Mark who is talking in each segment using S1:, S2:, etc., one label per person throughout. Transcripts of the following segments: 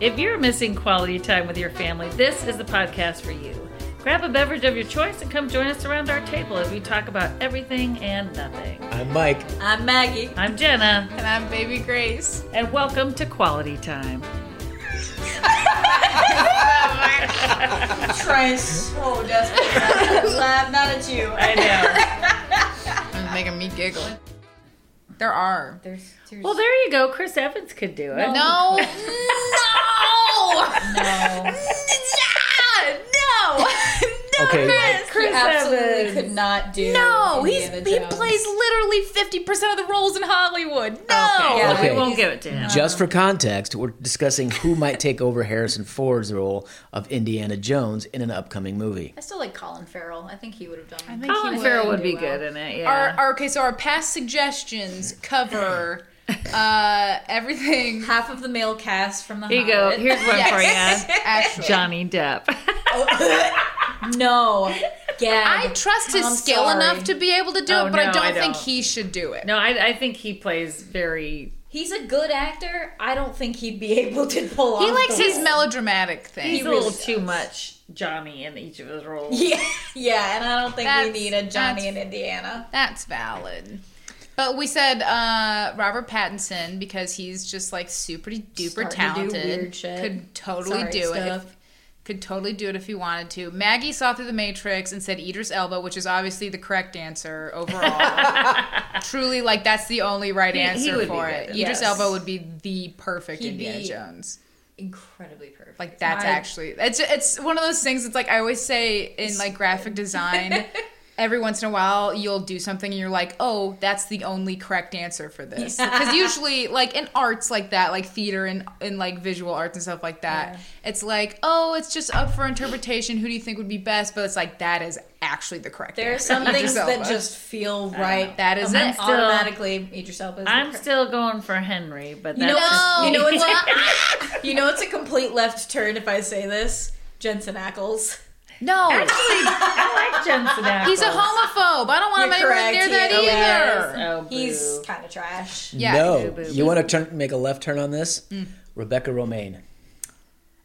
S1: If you're missing quality time with your family, this is the podcast for you. Grab a beverage of your choice and come join us around our table as we talk about everything and nothing.
S2: I'm Mike.
S3: I'm Maggie.
S1: I'm Jenna,
S3: And I'm Baby Grace.
S1: and welcome to Quality Time.
S3: Trying so desperately not to laugh, not at you.
S1: I know.
S4: It's making me giggle. There are.
S3: There's, there's
S1: well, there you go. Chris Evans could do it.
S4: No. no.
S3: no.
S4: No. No,
S2: Okay.
S4: Chris.
S3: Chris
S1: Chris
S3: absolutely
S1: Evans.
S3: could not do.
S4: No, he's,
S3: Indiana
S4: he
S3: Jones.
S4: plays literally 50% of the roles in Hollywood. No.
S1: Okay,
S3: Oh, Yeah.
S1: we
S2: Okay.
S1: won't give it to him.
S2: Just for context, we're discussing who might take over Harrison Ford's role of Indiana Jones in an upcoming movie.
S3: I still like Colin Farrell. I think he would have done.
S4: I
S3: it.
S4: think he
S1: Colin Farrell would
S3: do
S1: be
S3: well.
S1: good in it.
S4: Our,
S1: Yeah.
S4: our- okay, so our past suggestions cover uh, everything.
S3: Half of the male cast from the.
S1: Here you go.
S3: Hobbit.
S1: Here's one for you.
S4: Actually,
S1: Johnny Depp.
S3: no. Gag.
S4: I trust his
S3: Oh, I'm
S4: skill
S3: sorry.
S4: enough to be able to do
S1: Oh,
S4: it, but I,
S1: no,
S4: don't
S1: I
S4: think
S1: don't.
S4: he should do it.
S1: no, I, I think he plays very.
S3: He's a good actor. I don't think he'd be able to pull off.
S4: He likes
S3: the
S4: his
S3: role.
S4: melodramatic thing.
S1: He's a
S3: really
S1: little
S3: does.
S1: too much Johnny in each of his roles.
S3: Yeah, yeah, and I don't think we
S4: That's-
S3: need a Johnny
S4: that's-
S3: in Indiana.
S4: That's valid. But we said uh, Robert Pattinson because he's just like super duper
S3: Starting to do
S4: talented.
S3: weird shit.
S4: Could totally
S3: Sorry,
S4: do it.
S3: stuff.
S4: If, could totally do it if he wanted to. Maggie saw through the Matrix and said Idris Elba, which is obviously the correct answer overall. Truly, like that's the only right
S1: He- he
S4: answer
S1: would be
S4: for
S1: good
S4: it.
S1: at
S4: Idris
S1: it.
S3: Yes.
S4: Elba would be the perfect
S3: He'd
S4: Indiana
S3: be-
S4: Jones.
S3: Incredibly perfect.
S4: Like that's
S3: My-
S4: actually it's it's one of those things. It's like I always say in like graphic design. Every once in a while, you'll do something and you're like, "Oh, that's the only correct answer for this." Because usually, like in arts like that, like theater and and like visual arts and stuff like that, it's like, "Oh, it's just up for interpretation. Who do you think would be best?" But it's like that is actually the correct.
S3: There are
S4: answer.
S3: some things
S4: Idris
S3: that
S4: Elba.
S3: just feel right.
S4: That is
S3: and
S4: it.
S1: still-
S3: automatically Um, Idris Elba. is the
S1: I'm
S3: correct-
S1: still going for Henry, but
S3: You
S1: that's
S3: know,
S4: No.
S3: you know it's a, you know it's a complete left turn if I say this. Jensen Ackles.
S4: no.
S1: I like Jensen Ackles.
S4: He's a homophobe. I don't want him
S3: You're
S4: anywhere
S3: correct,
S4: near that
S3: he is.
S4: either.
S1: Oh, boo.
S3: He's kind of trash.
S4: Yeah.
S2: no.
S1: boo, boo.
S2: You want to turn, make a left turn on this?
S3: Mm.
S2: Rebecca Romaine.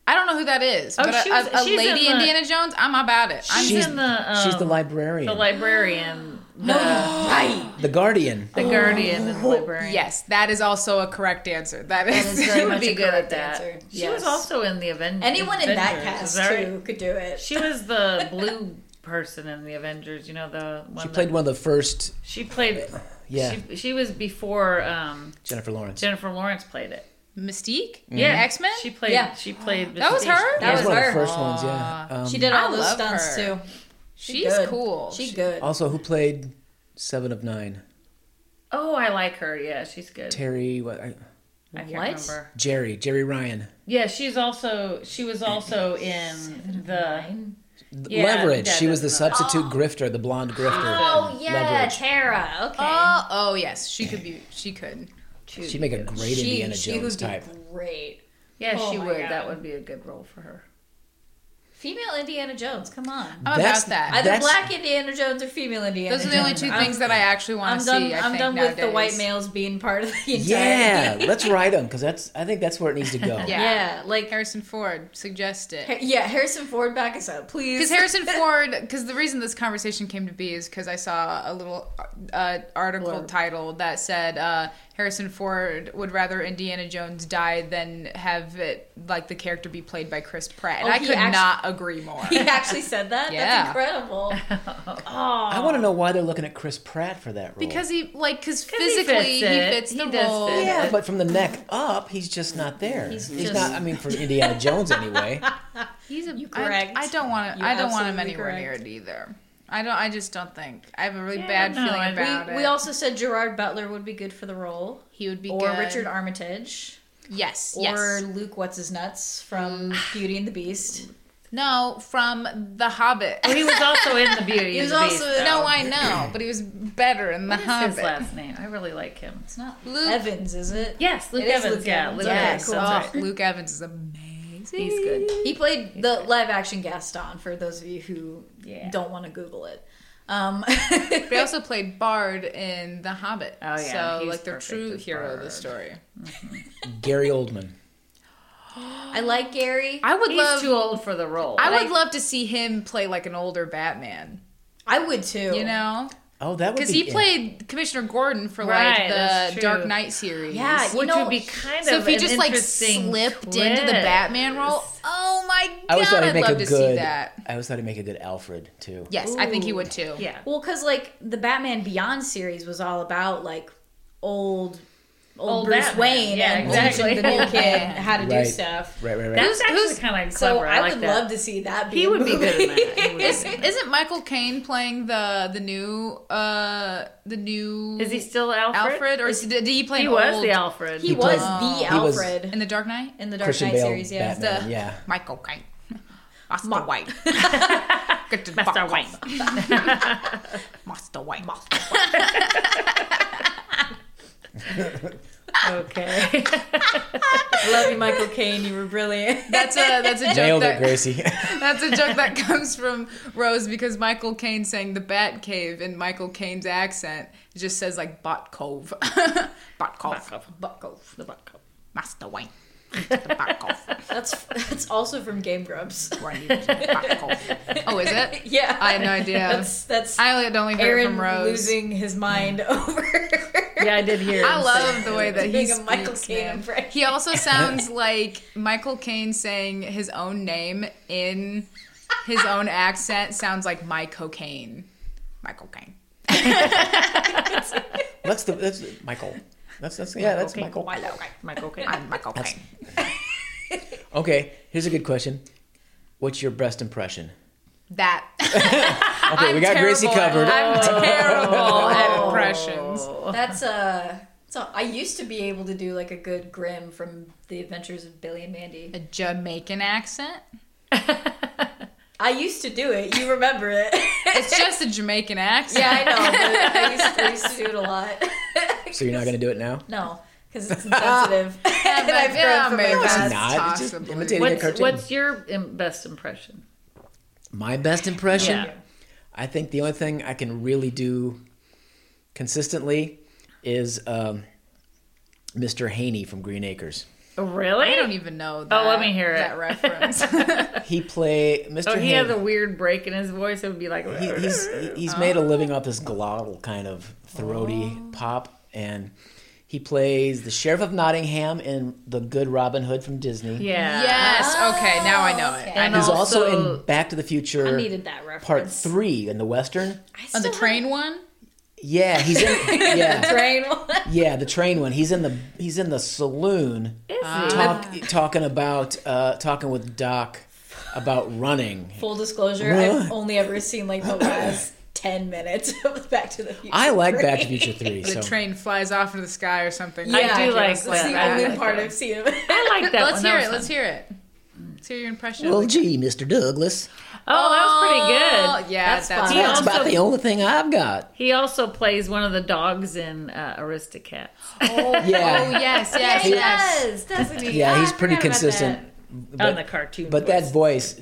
S4: I don't know who that is,
S1: Oh,
S4: but a-
S1: she was-
S4: a, a
S1: she's
S4: lady
S1: in the-
S4: Indiana Jones, I'm about it. I'm
S1: she's in the.
S3: Oh.
S1: Um,
S2: She's the librarian.
S1: The
S2: The,
S1: librarian. The,
S3: Right.
S2: guardian.
S1: guardian and the librarian.
S4: yes, that is also a correct answer. That is,
S3: is very
S1: She would
S3: much
S1: be
S3: a
S1: good at
S3: correct
S1: that.
S3: answer.
S1: She
S3: Yes.
S1: was also in the Aven- Avengers.
S3: Anyone in that
S1: is
S3: cast
S1: that right?
S3: too could do it.
S1: She was the blue person in the Avengers. You know the one
S2: She played
S1: that-
S2: one of the first.
S1: She played.
S2: Yeah,
S1: She, she was before um,
S2: Jennifer Lawrence.
S1: Jennifer Lawrence played it.
S4: Mystique.
S1: Yeah,
S4: X Men.
S1: She played.
S3: Mm-hmm. Yeah.
S1: She played.
S4: That was
S1: Mystique.
S3: That
S4: her?
S2: Yeah,
S3: was
S2: one
S3: her.
S2: of the first ones. Yeah. Um,
S3: She did
S4: I
S3: all those
S4: love
S3: stunts
S4: her.
S3: too.
S4: She's
S3: good.
S4: cool.
S3: She's good.
S2: Also, who played Seven of Nine?
S1: Oh, I like her. Yeah, she's good.
S2: Terry. What? I,
S1: I can't
S3: What?
S1: remember.
S2: Jerry. Jerry Ryan.
S1: Yeah, she's also. She was also in the. Yeah,
S2: Leverage.
S1: that
S2: She was the
S1: doesn't-
S2: substitute grifter, the blonde grifter.
S3: Oh
S2: in
S3: yeah,
S2: Leverage.
S3: Tara. Okay.
S4: Oh, oh yes, she could be. She could.
S2: She'd make a great Indiana Jones
S3: would
S2: type.
S3: Be great.
S1: Yeah,
S3: Oh
S1: she
S3: my
S1: would.
S3: God.
S1: That would be a good role for her.
S3: Female Indiana Jones. Come on.
S4: I'm
S2: That's-
S4: about that.
S3: Either
S2: That's-
S3: black Indiana Jones or female Indiana
S4: those are the only
S3: Jones.
S4: two
S3: I'm-
S4: things that I actually want
S3: I'm
S4: to
S3: done.
S4: see. I
S3: I'm
S4: think,
S3: done with the white
S4: nowadays.
S3: males being part of the entire.
S2: Yeah, let's write them because that's. I think that's where it needs to go.
S4: Yeah.
S3: yeah, like
S4: Harrison Ford suggest it.
S3: yeah, Harrison Ford back us up, please.
S4: Because Harrison Ford, because the reason this conversation came to be is because I saw a little uh, article titled that said uh, Harrison Ford would rather Indiana Jones die than have it like the character be played by Chris Pratt. And
S3: Oh,
S4: I
S3: he
S4: could
S3: actu-
S4: not agree more.
S3: he actually said that.
S4: Yeah.
S3: That's incredible. Oh,
S2: I want to know why they're looking at Chris Pratt for that role.
S4: because he like because
S1: 'Cause he
S4: physically
S1: fits
S4: he
S1: it.
S4: fits,
S1: He
S4: the
S1: does
S4: role.
S1: fit.
S2: Yeah, but from the neck up, he's just not there. He's,
S1: just-
S2: not. I mean, for Indiana Jones anyway.
S4: He's a I-
S3: correct.
S4: I, don't want to.
S3: You're
S4: I don't want him
S3: absolutely
S4: anywhere
S3: correct.
S4: near it either. I don't. I just don't think. I have a really
S1: Yeah,
S4: bad
S1: no, I-
S4: feeling
S1: we-
S4: about it.
S3: we also said Gerard Butler would be good for the role,
S4: he would be
S3: or
S4: good.
S3: Richard Armitage,
S4: Yes. Ah.
S3: or
S4: yes.
S3: Luke What's His Nuts from Beauty and the Beast.
S4: No, from The Hobbit.
S1: Well, he was also in the Beauty.
S4: He
S1: and
S4: was
S1: the
S4: also
S1: Beast,
S4: no,
S1: though.
S4: I know, but he was better in the
S1: What is
S4: Hobbit.
S1: his last name? I really like him.
S3: It's not
S4: Luke-
S3: Evans, is it?
S1: Yes, Luke
S3: It is
S1: Evans.
S3: Luke
S1: yeah,
S3: Evans.
S1: Luke
S3: Okay,
S1: Evans.
S4: yes,
S3: cool.
S1: That's
S4: oh,
S1: right.
S4: Luke Evans is amazing.
S1: He's good.
S3: He played the live action Gaston for those of you who
S1: Yeah.
S3: don't want to Google it. Um,
S4: But he also played Bard in The Hobbit.
S1: Oh, yeah,
S4: so
S1: he's
S4: like the
S1: perfect
S4: true
S1: as
S4: hero of the
S1: Bard.
S4: story.
S2: Gary Oldman.
S3: I like Gary. I,
S4: I would
S1: He's
S4: love.
S1: too old for the role.
S4: I would love to see him play like an older Batman.
S3: would too.
S4: You know,
S2: Oh, that would be
S4: because he
S2: in-
S4: played Commissioner Gordon for
S1: Right,
S4: like
S1: that's
S4: the
S1: true.
S4: Dark Knight series.
S3: Yeah,
S1: which
S3: you know,
S1: would be kind
S4: So
S1: of
S4: if he
S1: an
S4: just like
S1: interesting
S4: slipped into
S1: twist.
S4: the Batman role, oh my god,
S2: I always thought he'd
S4: I'd
S2: make
S4: love
S2: a
S4: to
S2: good.
S4: see that.
S2: I always thought he'd make a good Alfred too.
S4: Yes, I think he
S3: Ooh.
S4: would too.
S1: Yeah.
S3: Well, because like the Batman Beyond series was all about like old, old,
S1: Old
S3: Bruce
S1: Batman.
S3: Wayne
S1: Yeah,
S3: and
S1: exactly.
S3: teaching the new kid how to
S2: Right.
S3: do stuff.
S2: Right, right, right.
S1: That's actually
S4: who's-
S1: kind of clever.
S3: So I,
S1: like
S3: would
S1: that.
S3: love to see that. Be
S1: He
S3: a
S1: would be
S3: movie.
S1: good in that. He would
S4: Is, isn't Michael Caine playing the the new uh the new
S1: Is he still Alfred?
S4: Alfred or is, did he play
S1: He
S4: an
S1: was
S4: old,
S1: the Alfred.
S3: he was
S2: played-
S3: the
S2: he was-
S3: Alfred
S4: in the Dark Knight?
S3: in the Dark
S2: Christian
S3: Knight
S2: Bale
S3: series. Yes.
S2: Batman.
S4: The-
S2: yeah.
S4: Michael Caine, Master
S3: Ma-
S4: White, Get the fuck
S1: Master
S4: off.
S1: Wayne.
S4: Master White,
S1: Okay.
S3: I love you, Michael Caine. You were brilliant.
S4: That's a that's a joke
S2: Nailed
S4: that
S2: it, Gracie.
S4: That's a joke that comes from Rose because Michael Caine sang the Bat Cave in Michael Caine's accent. It just says like Bot Cove. Bot Cove.
S1: Buck off. The buck off.
S4: Master Wayne. The Bot Cove.
S3: That's that's also from Game Grumps.
S4: Run you to the Bot Cove. Oh, is it?
S3: Yeah,
S4: I had no idea.
S3: That's that's
S4: I only, only heard it
S3: Aaron
S4: from Rose.
S3: losing his mind over.
S1: Yeah, I did hear.
S4: I
S1: him
S4: love the way that he
S3: Being a
S4: speaks,
S3: Michael Caine
S4: man.
S3: impression.
S4: He also sounds like Michael Caine saying his own name in his own accent sounds like my cocaine. Michael Caine.
S2: that's the that's Michael. That's that's yeah. That's
S1: Okay.
S2: Michael.
S4: Michael Caine.
S1: Michael Caine.
S4: I'm Michael
S2: That's-
S4: Caine.
S2: Okay. Here's a good question. What's your best impression?
S4: That.
S2: Okay, we got Gracie
S4: terrible
S2: covered. Oh.
S4: at- I'm terrible at impressions.
S3: Oh. That's uh So I used to be able to do like a good Grim from The Adventures of Billy and Mandy.
S4: A Jamaican accent?
S3: I used to do it. You remember it?
S4: It's just a Jamaican accent.
S3: yeah, I know. But I, used to, I used to do it a lot.
S2: So you're not gonna do it now?
S3: No, because it's insensitive.
S4: Yeah,
S3: and I've
S4: but-
S3: grown
S4: yeah,
S3: from
S4: maybe
S3: my
S4: that's
S3: past.
S2: not. It's just
S4: possibly.
S2: imitating- Yeah,
S1: What's,
S2: cartoon.
S1: what's your im- best impression?
S2: My best impression.
S1: Yeah.
S2: I think the only thing I can really do consistently is um, Mr. Haney from Green Acres.
S1: Really?
S4: I don't even know that.
S1: Oh, let me hear it.
S4: That reference.
S2: He play Mr.
S1: Oh, he
S2: Haney.
S1: has a weird break in his voice. It would be like.
S2: he, he's he's made a living off this glottal kind of throaty pop, and he plays the sheriff of Nottingham in the Good Robin Hood from Disney.
S1: yeah.
S4: yes. Ah, Okay, now I know it.
S3: okay.
S4: I
S1: And
S4: know.
S2: He's also,
S1: Also-
S2: in Back to the Future
S3: I needed that reference.
S2: Part Three in the Western.
S3: I
S4: On Oh, the
S3: still
S4: train one?
S2: Yeah, he's in
S3: have the
S2: yeah
S3: train one.
S2: yeah the train one. He's in the he's in the saloon
S1: Is he?
S2: talk, talking about uh, talking with Doc about running.
S3: Full disclosure, I've only ever seen like the last ten minutes of Back to the Future.
S2: I like Back to the
S3: three.
S2: Future Three.
S4: The
S2: so
S4: train flies off into the sky or something.
S3: Yeah,
S1: I do like
S3: that's
S1: that.
S3: the
S1: I
S3: only
S1: like
S3: part
S1: that.
S3: I've seen of
S1: I like that one.
S4: Let's hear
S1: That was
S4: it. Let's hear it. Let's hear your impression.
S2: well, gee, Mister Douglas,
S1: fun. Oh, that was pretty good.
S4: Oh, Yeah,
S3: That's
S4: that's,
S3: fun.
S1: He
S4: fun.
S2: that's
S1: also-
S2: about the only thing I've got.
S1: He also plays one of the dogs in uh, Aristocats.
S2: Yeah.
S4: Oh, yes, yes,
S3: He
S4: yes.
S3: does, doesn't he?
S2: Yeah,
S3: Ah,
S2: he's
S3: I
S2: pretty
S3: forgot about
S2: consistent.
S1: on the cartoon.
S2: But
S1: voice.
S2: that voice,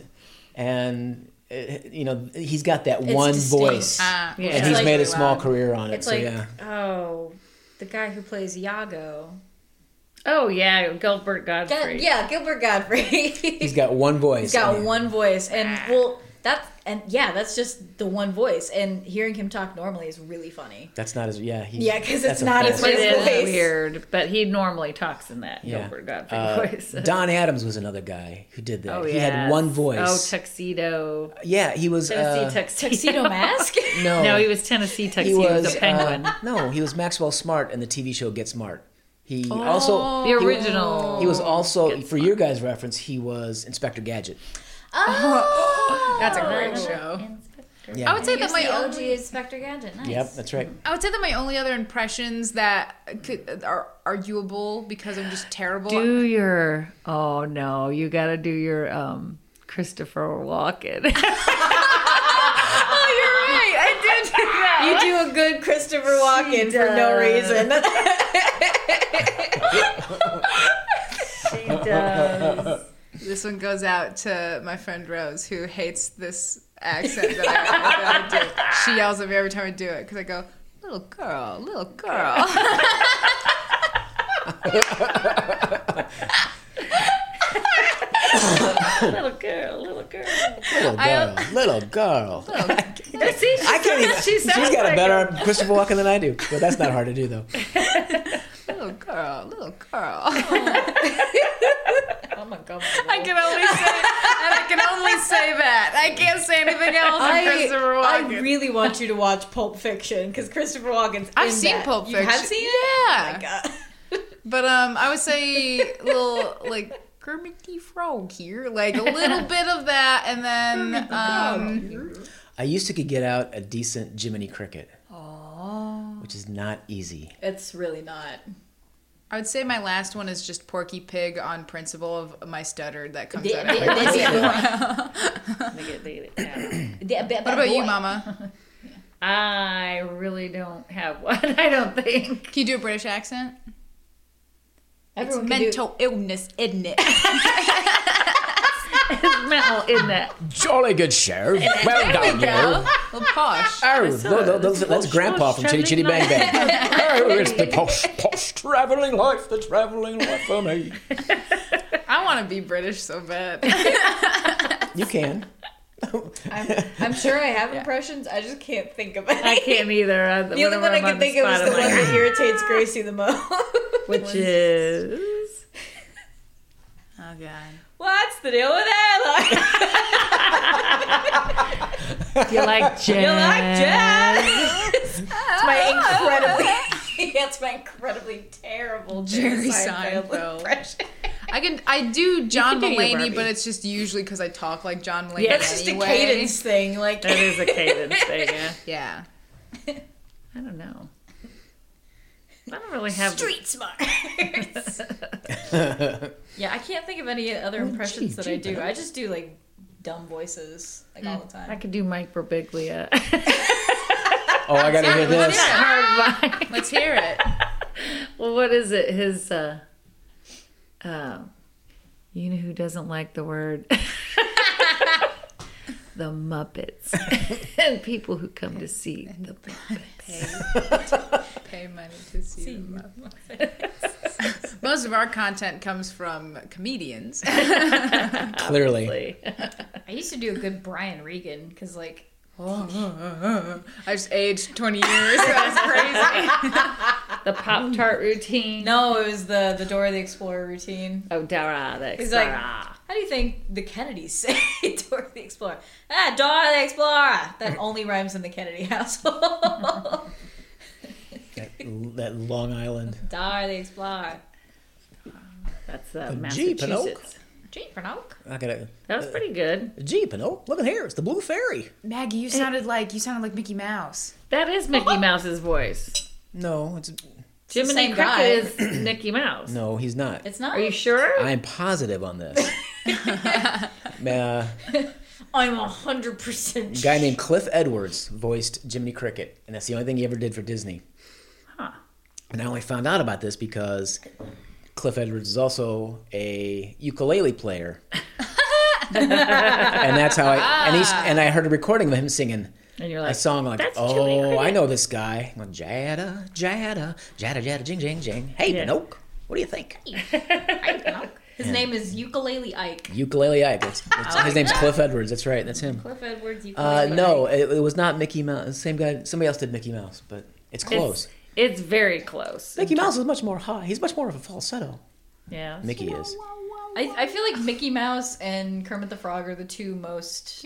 S2: and uh, you know, he's got that one
S3: distinct.
S2: voice,
S4: Ah,
S1: Yeah.
S2: and
S1: It's
S2: he's
S3: like-
S2: made a small
S4: uh,
S2: career on it.
S3: It's
S2: so
S3: like,
S2: yeah,
S3: oh, the guy who plays Iago.
S1: Oh yeah, Gilbert Godfrey.
S3: yeah, Gilbert Godfrey.
S2: he's got one voice.
S3: He's got
S2: and-
S3: one voice,
S4: Ah.
S3: and well, that and yeah, that's just the one voice. And hearing him talk normally is really funny.
S2: That's not as yeah. He's,
S3: Yeah, 'cause
S2: that's
S3: it's
S2: a
S3: not
S2: false-
S1: It
S3: as-
S1: is
S3: Voice.
S1: weird, but he normally talks in that
S2: Yeah.
S1: Gilbert Godfrey
S2: Uh,
S1: voice.
S2: Don Adams was another guy who did that.
S1: Oh,
S2: he
S1: yes.
S2: had one voice. Uh,
S1: Oh, tuxedo.
S2: yeah, he was.
S1: Tennessee
S2: uh,
S1: tuxedo.
S3: Tuxedo Mask.
S2: no,
S1: No, he was Tennessee
S2: he
S1: tuxedo. He
S2: was
S1: was a penguin.
S2: uh, no, he was Maxwell Smart in the TV show Get Smart. He also
S1: Oh, the original.
S2: he was also for your guys' reference. He was Inspector Gadget.
S3: Oh,
S4: That's a great show.
S2: Yeah.
S4: I would say that my
S3: OG
S4: only
S3: Inspector Gadget. Nice.
S2: Yep, that's right.
S4: I would say that my only other impressions that could, are arguable because I'm just terrible.
S1: Do your oh no, you got to do your um Christopher Walken.
S4: Oh, I did do that.
S3: You do a good Christopher Walken for no
S1: does.
S3: reason.
S1: he does.
S4: This one goes out to my friend Rose, who hates this accent that I, that I do. She yells at me every time I do it because I go, "Little girl, little girl."
S2: Little girl,
S4: I-
S2: little girl.
S1: See, she
S2: I can't even.
S1: sounds- she
S2: She has
S1: sounds
S2: got a
S1: like
S2: better Christopher Walken than I do, but that's not hard to do though.
S4: little girl, little girl.
S3: Oh I'm uncomfortable.
S4: I can only say, and I can only say that. I can't say anything else. on
S3: I,
S4: Christopher Walken.
S3: I really want you to watch Pulp Fiction because Christopher Walken's.
S4: I've
S3: in
S4: seen
S3: that.
S4: Pulp
S3: You have
S4: Fiction.
S3: seen it?
S4: Yeah.
S3: Oh my God.
S4: But um, I would say little like Kermity Frog here, like a little bit of that, and then um,
S2: I used to could get out a decent Jiminy Cricket, which is not easy.
S3: It's really not.
S4: I would say my last one is just Porky Pig on principle of my stutter that comes
S3: Yeah,
S4: out.
S3: yeah,
S4: Of
S3: that's the other one.
S1: Nigga, nigga, nigga.
S3: Yeah, but-
S4: what about you, Mama?
S1: I really don't have one. I don't think.
S4: Can you do a British accent?
S3: Everyone can do-
S4: Mental illness, isn't it?
S1: It's mental in that.
S2: Jolly good sheriff. Well done,
S4: Well,
S2: you.
S4: posh.
S2: Oh, tho- tho- that's Grandpa from Chitty Chitty Bang Bang. oh, it's the posh, posh traveling life, the traveling life for me.
S4: I want to be British so bad.
S2: You can.
S3: I'm, I'm sure I have impressions. I just can't think of any.
S1: I can't either. I,
S3: The only one I can think of is the one that irritates Gracie the most.
S1: which is
S4: Oh God.
S3: What's the deal with that?
S1: do you like jazz?
S3: You like jazz? it's my incredibly, that's my incredibly terrible
S4: Jerry
S3: Jerry Seinfeld,
S4: Seinfeld.
S3: impression.
S4: I can I do John
S1: can do your Barbie.
S4: Mulaney, but it's just usually because I talk like John Mulaney.
S1: Yeah,
S3: It's just
S4: anyway.
S3: a cadence thing. Like
S1: That is a cadence thing. Yeah.
S4: Yeah.
S1: I don't know. I don't really have.
S3: street smart.
S2: Oh,
S3: yeah, I can't think of any other impressions that Hmm. I do. I just do like dumb voices like all the
S1: I
S3: time.
S1: could do Mike Birbiglia. It's
S2: Oh, I gotta hear this.
S1: not hard by.
S4: Let's hear it.
S1: Well, what is it? His, uh, um, you know who doesn't like the word? the Muppets and people who come to see the
S4: pay money to see, them. Most of our content comes from comedians.
S2: Clearly.
S1: play.
S3: I used to do a good Brian Regan because like
S4: I just aged 20 years. That's crazy.
S1: The Pop Tart routine.
S3: no, it was the the Dora the Explorer routine.
S1: Oh, Dara, the
S3: He's like,
S1: Explorer.
S3: how do you think the Kennedys say Dora the Explorer? Ah, Dora the Explorer. That only rhymes in the Kennedy household. Dora
S2: That, that Long Island.
S3: the Explorer.
S1: That's uh,
S2: gee, Pinocchio.
S1: Massachusetts.
S3: Gee, Pernok.
S2: I gotta.
S1: That was pretty good.
S2: Gee, Pinot, look at here. It's the Blue Fairy.
S4: Maggie, you sounded like you sounded like Mickey Mouse.
S1: That is Mickey Mouse's voice.
S2: No, it's
S1: Jiminy
S3: same guy.
S1: Cricket is Mickey Mouse.
S2: no, he's not.
S3: It's not.
S1: Are you sure?
S2: I'm positive on this. uh,
S3: I'm hundred percent.
S2: a
S3: sure.
S2: guy named Cliff Edwards voiced Jiminy Cricket, and that's the only thing he ever did for Disney.
S1: Huh.
S2: And I only found out about this because Cliff Edwards is also a ukulele player, and that's how I and he's and I heard a recording of him singing.
S1: And you're
S2: a
S1: like,
S2: song like,
S1: That's Jiminy
S2: oh, I
S1: Cricket."
S2: know this guy. Well, Jada, Jada, Jada, Jada, Jing, Jing, Jing. Hey,
S1: Yeah.
S2: Pinocchio, what do you think?
S3: Ike Pernok. His name is Ukulele Ike.
S2: Ukulele Ike. That's, that's- his name's Cliff Edwards. That's right. That's him.
S3: Cliff Edwards.
S2: Uh,
S3: Ukulele
S2: no,
S3: Ike.
S2: it, it was not Mickey Mouse. The Same guy. Somebody else did Mickey Mouse, but it's close.
S1: It's, it's very close.
S2: Mickey Mouse is much more high. He's much more of a falsetto.
S1: Yeah.
S2: Mickey is.
S3: I, I feel like Mickey Mouse and Kermit the Frog are the two most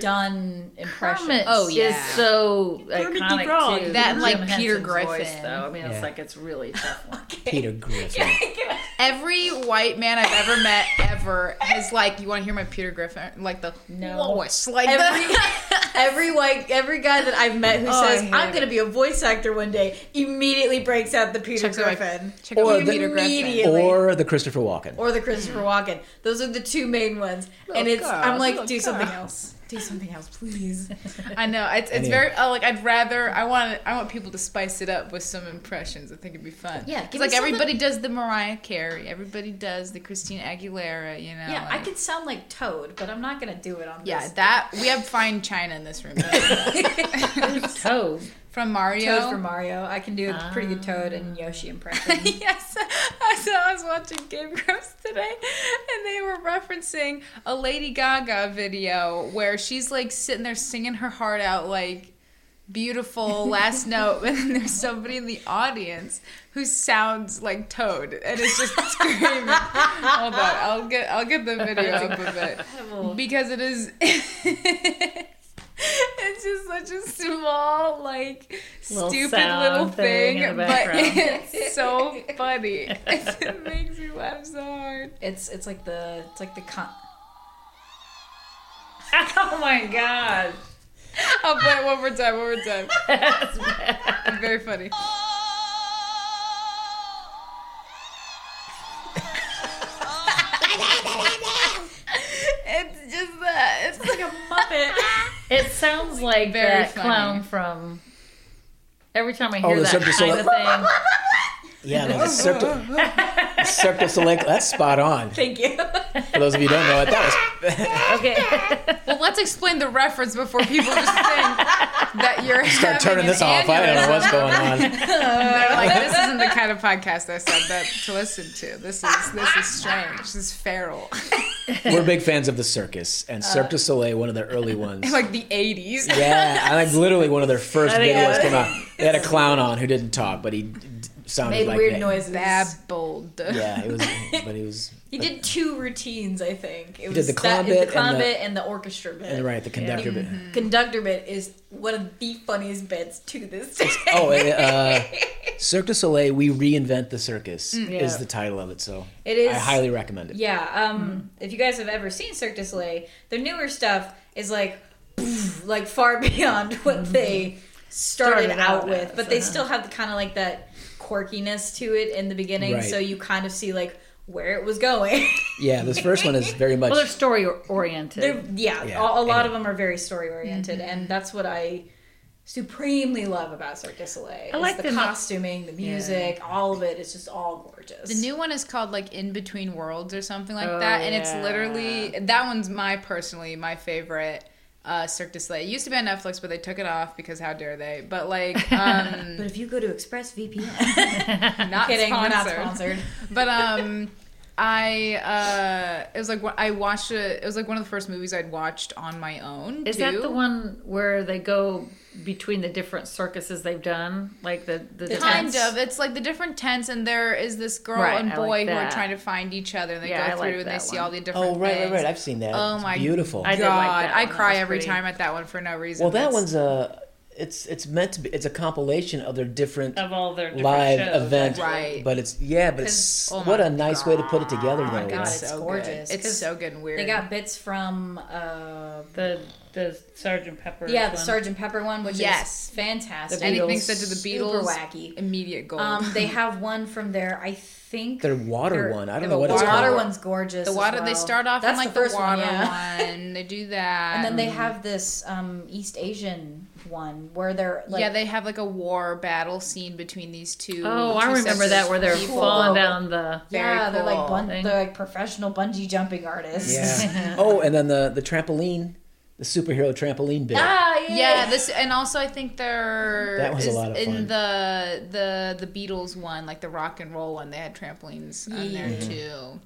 S3: done impressions.
S1: Kermit
S4: Oh,
S1: is
S4: yeah.
S1: so
S4: Kermit the
S1: iconic
S4: Frog.
S1: too.
S4: That, like,
S1: Jim
S4: Peter
S1: Henson's
S4: Griffin.
S1: voice, though. I mean,
S2: Yeah.
S1: it's like it's really tough. One.
S2: Peter Griffin.
S4: Every white man I've ever met ever has like, you want to hear my Peter Griffin? Like the
S1: No.
S4: lowest, like
S3: Every,
S4: the,
S3: every white every guy that I've met who
S4: Oh, I
S3: says
S4: hate
S3: I'm
S4: it.
S3: going to be a voice actor one day immediately breaks out the Peter
S4: Checks out my-
S3: Griffin
S4: check out
S2: Or
S4: my
S2: the-
S4: Peter Griffin.
S3: Immediate-
S2: or the Christopher Walken.
S3: or the Christopher Walken. Those are the two main ones. and it's
S4: girl,
S3: I'm like
S4: little
S3: do
S4: girl."
S3: something else. Do something else, please.
S4: I know it's, it's
S2: Anyway.
S4: very oh, like I'd rather I want I want people to spice it up with some impressions. I think it'd be fun.
S3: Yeah,
S4: because
S3: give
S4: like
S3: me something-
S4: everybody does the Mariah Carey, everybody does the Christina Aguilera. You know.
S3: yeah, I
S4: and-
S3: could sound like Toad, but I'm not going to do it on
S4: Yeah,
S3: this.
S4: that we have fine china in this room.
S1: Toad.
S4: from Mario.
S3: Toad for Mario. I can do a pretty good Toad and Yoshi impression.
S4: yes, I saw. I was watching Game Grumps today, and they were referencing a Lady Gaga video where she's like sitting there singing her heart out, like beautiful last note, and then there's somebody in the audience who sounds like Toad, and it's just screaming. Hold on, I'll get I'll get the video up of it because it is. It's just such a small, like,
S1: Little
S4: stupid
S1: sound
S4: little
S1: thing
S4: thing,
S1: in the
S4: but
S1: background.
S4: it's so funny. it makes me laugh so hard.
S3: It's it's like the it's like the con.
S1: Oh my god.
S4: I'll play it one more time, one more time. Very funny. it's just that. It's like a
S3: Muppet.
S1: It sounds like
S4: Very
S1: that
S4: funny.
S1: clown from. Every time I
S2: Oh,
S1: hear
S2: the
S1: that
S2: Cirque du
S1: kind of
S2: Soleil.
S1: thing,
S2: Yeah, like a Cirque du, Cirque du Soleil. That's spot on.
S3: Thank you.
S2: For those of you who don't know it, that was
S1: okay,
S4: Well, let's explain the reference before people just think that you're
S2: start turning this off. I don't know what's going on.
S4: They're like, this isn't the kind of podcast I said that to listen to. This is this is strange. This is feral.
S2: We're big fans of the circus and Cirque du Soleil, one of their early ones.
S4: like the '80s.
S2: Yeah, I like literally one of their first
S1: I think-
S2: videos came out. They had a clown on who didn't talk, but he d- d- sounded
S3: Made
S2: like
S3: weird
S2: that.
S3: noises.
S4: Babbled.
S2: Yeah, it was, but he was
S3: He did two routines, I think. It was
S2: did the clown bit and
S3: the clown
S2: the-
S3: bit and the orchestra bit.
S2: and right the conductor. bit.
S3: Mm-hmm. Conductor bit is one of the funniest bits to this day.
S2: Oh, and, uh, Cirque du Soleil, we reinvent the circus
S1: Yeah.
S2: is the title of it. So
S3: It is-
S2: I highly recommend it.
S3: Yeah, um, if you guys have ever seen Cirque du Soleil, their newer stuff is like, poof, like far beyond what they Mm-hmm. started,
S1: Started
S3: out,
S1: out
S3: with,
S1: as,
S3: but they
S1: uh-huh.
S3: still have the kind of like that quirkiness to it in the beginning,
S2: Right.
S3: so you kind of see like where it was going.
S2: Yeah, this first one is very much
S1: well, they're story oriented.
S3: They're, yeah,
S2: Yeah,
S3: a, a lot
S2: and-
S3: of them are very story oriented,
S4: Mm-hmm.
S3: and that's what I supremely love about Cirque du Soleil. is
S1: like
S3: the,
S1: the no-
S3: costuming, the music, all of it. It's just all gorgeous.
S4: The new one is called like In Between Worlds or something like
S1: Oh,
S4: that, and it's
S1: yeah.
S4: literally that one's my personally my favorite uh, Cirque du Soleil. It used to be on Netflix, but they took it off because how dare they? But like, um,
S3: but if you go to ExpressVPN,
S4: not
S3: kidding, we're
S4: sponsored.
S3: not sponsored.
S4: but um I uh it was like one- I watched it it was like one of the first movies I'd watched on my own
S1: Is
S4: too.
S1: that the one where they go between the different circuses they've done, like the the,
S3: The
S4: Kind
S1: tents?
S3: tents.
S4: of. It's like the different tents, and there is this girl
S1: Right,
S4: and
S1: I
S4: boy
S1: like
S4: who are
S1: that.
S4: trying to find each other, and they
S1: Yeah, I
S4: go through
S1: like
S4: and they
S1: that
S4: see
S1: one.
S4: all the different.
S2: oh right, right,
S4: things.
S2: right. I've seen that.
S4: Oh
S2: It's
S4: my
S2: beautiful.
S1: I did like
S4: God,
S1: that
S4: I
S1: one. That
S4: cry
S1: was
S4: every
S1: pretty.
S4: time at that one for no reason.
S2: well, that
S4: That's-
S2: one's a it's it's meant to be. It's a compilation of their different
S1: of all their different
S2: live
S1: shows.
S2: event.
S4: Right.
S2: But it's yeah, but it's
S4: 'Cause- oh
S2: what
S4: my
S2: a nice way to put it together though.
S4: God,
S2: yeah.
S4: it's
S3: It's
S4: so
S3: gorgeous,
S4: gorgeous. It's
S3: 'cause
S4: so good and weird.
S3: They got bits from uh,
S1: The the Sergeant Pepper.
S3: yeah, the
S1: one.
S3: Sgt. Pepper one, which
S4: Yes.
S3: is fantastic.
S1: The Beatles.
S4: anything said to the
S3: Super
S4: Beatles,
S3: wacky.
S4: immediate goal.
S3: Um, they have one from there. I think
S2: Their water
S3: their-
S2: one. I don't
S4: the
S2: know what
S3: The
S2: it's
S3: water
S2: called.
S3: one's gorgeous.
S4: the
S3: as
S4: water. They
S3: well.
S4: start off in
S3: That's
S4: like
S3: the, first
S4: water
S3: one, yeah.
S4: one. They do that,
S3: And then they have this um, East Asian one where they're like,
S4: yeah, they have like a war battle scene between these two.
S1: Oh,
S4: two
S1: I remember
S4: sets
S1: that
S4: of
S1: where they're
S4: people.
S1: falling down the.
S3: yeah,
S4: very
S3: they're like
S4: cool
S3: bun-
S1: thing.
S3: they're like professional bungee jumping artists.
S2: Yeah. oh, and then the the trampoline, the superhero trampoline bit.
S3: ah, yeah.
S4: Yeah, this and also I think they're
S2: That was a
S4: is
S2: lot of
S4: in
S2: fun.
S4: the the the Beatles one, like the rock and roll one. They had trampolines on there
S3: Yeah.
S1: Mm-hmm.
S4: too.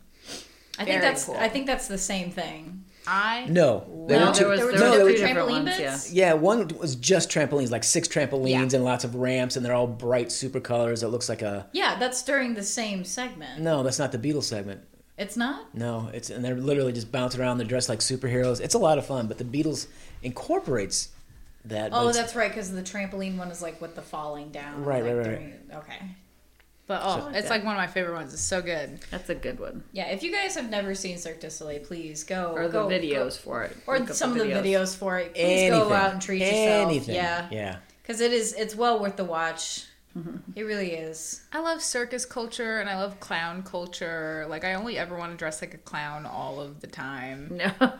S3: I think
S4: Very
S3: that's
S4: cool.
S3: I think that's the same thing.
S4: I
S2: No, they
S1: No, there
S2: were two.
S1: was, there
S3: were
S1: was
S2: no,
S3: two
S2: they were
S1: two different
S3: trampoline
S1: ones.
S3: bits?
S1: Yeah.
S2: Yeah, one was just trampolines, like six trampolines
S4: Yeah.
S2: and lots of ramps, and they're all bright super colors. It looks like a
S3: Yeah, that's during the same segment.
S2: no, that's not the Beatles segment.
S3: It's not.
S2: No, it's and they're literally just bouncing around. They're dressed like superheroes. It's a lot of fun, but the Beatles incorporates that. but
S3: Oh,
S2: it's-
S3: that's right, because the trampoline one is like with the falling down.
S2: Right,
S3: like
S2: right, right,
S3: doing- Okay.
S4: but oh, it's
S1: that.
S4: like one of my favorite ones. It's so good.
S1: That's a good one.
S3: Yeah, if you guys have never seen Cirque du Soleil, please go.
S1: Or the
S3: go-
S1: videos for it.
S3: go-
S1: Look
S3: or
S1: up
S3: some of the videos for it. Please
S2: anything,
S3: go out and treat yourself.
S2: anything.
S3: Yeah.
S2: yeah.
S3: Because it is, it's well worth the watch.
S2: Mm-hmm.
S3: It really is.
S4: I love circus culture and I love clown culture. Like I only ever want to dress like a clown all of the time.
S1: No.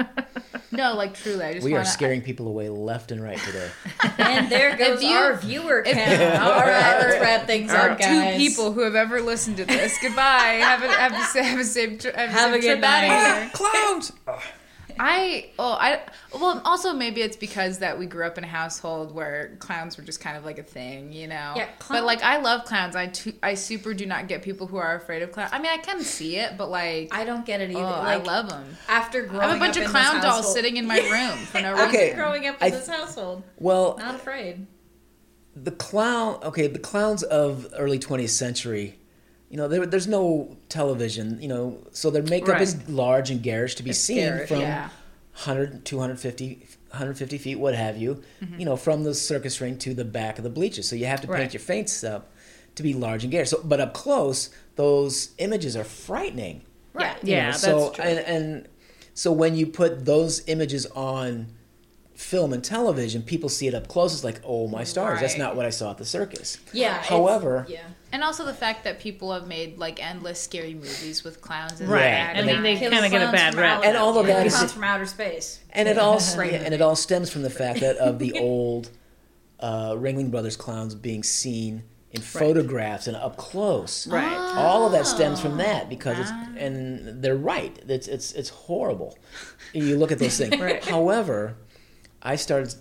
S4: No, like truly, I just
S2: We are
S4: wanna,
S2: scaring people away left and right today.
S3: And there goes
S4: you-
S3: our viewer count.
S4: if-
S3: All right, let's wrap things
S4: Our
S3: up, guys.
S4: two people who have ever listened to this. Goodbye. Have a have a, have a safe tri- have a,
S3: Have
S4: safe
S3: a good
S4: trip out of
S3: night.
S4: here.
S2: Clowns.
S4: I oh I well also maybe it's because that we grew up in a household where clowns were just kind of like a thing, you know.
S3: Yeah,
S4: but
S3: clown-
S4: like I love clowns. I tu- I super do not get people who are afraid of clowns. I mean, I can see it, but like
S3: I don't get it either.
S4: oh,
S3: like,
S4: I love them.
S3: After growing
S4: I have a bunch
S3: up
S4: of
S3: in
S4: clown
S3: this
S4: dolls
S3: household-
S4: sitting in my room for no reason.
S2: Okay.
S3: Growing up in
S2: I-
S3: this household,
S2: Well,
S3: not afraid.
S2: the clown okay the clowns of early 20th century you know there, there's no television you know so their makeup
S1: Right.
S2: is large and garish to be seen
S3: garish,
S2: from
S4: yeah.
S2: 100 250 150 feet what have you you know from the circus ring to the back of the bleachers so you have to
S1: Right.
S2: paint your faces up to be large and garish so, but up close those images are frightening
S3: Right.
S2: you
S1: Yeah,
S2: know,
S1: that's
S2: so
S1: true.
S2: and and so when you put those images on film and television, people see it up close. It's like, oh my stars, that's
S4: Right.
S2: not what I saw at the circus.
S3: Yeah. it's-
S2: However,
S3: yeah.
S4: And also the fact that people have made like endless scary movies with clowns in
S2: Right.
S4: the back.
S1: And then they
S3: Kill
S1: kinda get a
S3: clowns
S1: bad
S3: from
S1: rep.
S3: outer-
S2: And all of
S3: yeah,
S2: that is-
S3: clowns from outer space.
S2: and it all yeah,
S3: Right.
S2: and it all stems from the fact that of the old uh, Ringling Brothers clowns being seen in photographs and up close.
S1: Right.
S2: All of that stems from that because it's
S1: Ah.
S2: and they're right. It's it's it's horrible. You look at those things.
S1: Right.
S2: However, I started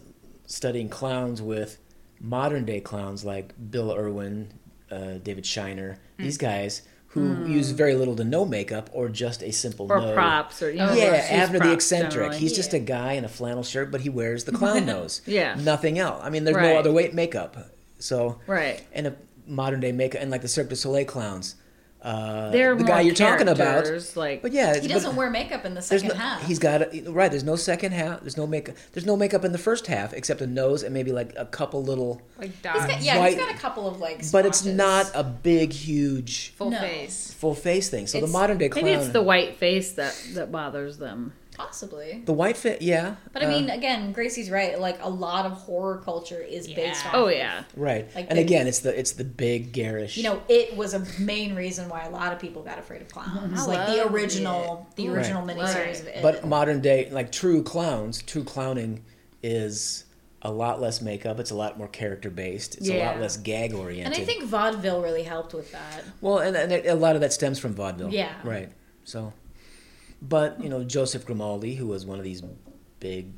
S2: studying clowns with modern day clowns like Bill Irwin, uh, David Shiner, these
S1: Hmm.
S2: guys who use very little to no makeup or just a simple
S1: Or
S2: nose.
S1: props, or you know,
S2: Yeah,
S1: she's
S2: Abner the
S1: props
S2: eccentric.
S1: generally.
S2: He's just a guy in a flannel shirt, but he wears the clown nose.
S1: Yeah.
S2: nothing else. I mean, there's
S1: Right.
S2: no other way makeup. So
S1: Right.
S2: and a modern day makeup and like the Cirque du Soleil clowns. Uh,
S1: They're
S2: the guy
S1: more
S2: you're talking about.
S1: characters, like-
S2: but yeah,
S3: He
S2: but
S3: doesn't wear makeup in the
S2: there's
S3: second
S2: no-
S3: half.
S2: He's got a, right. There's no second half. There's no makeup. There's no makeup in the first half except a nose and maybe like a couple little.
S4: like
S3: He's
S4: dots,
S3: got, yeah,
S2: White-
S3: he's got a couple of like.
S2: But it's
S3: splotches.
S2: not a big, huge,
S4: full
S3: No.
S4: face.
S2: full face thing. So
S3: It's-
S2: the modern day clown,
S1: Maybe it's the white face that that bothers them.
S3: possibly.
S2: the white fit, yeah.
S3: But I
S2: uh,
S3: mean, again, Gracie's right. Like a lot of horror culture is based on.
S1: Oh yeah.
S2: right.
S3: like
S2: and
S3: the-
S2: again, it's the it's the big garish.
S3: You know, it was a main reason why a lot of people got afraid of clowns. like the
S4: love
S3: original, the original miniseries of it.
S2: But modern day, like true clowns, true clowning is a lot less makeup. It's a lot more character based. It's a lot
S1: Yeah.
S2: less gag
S3: and
S2: oriented.
S3: I think vaudeville really helped with that.
S2: well, and, and a lot of that stems from vaudeville.
S3: Yeah.
S2: Right. So, but you know Joseph Grimaldi, who was one of these big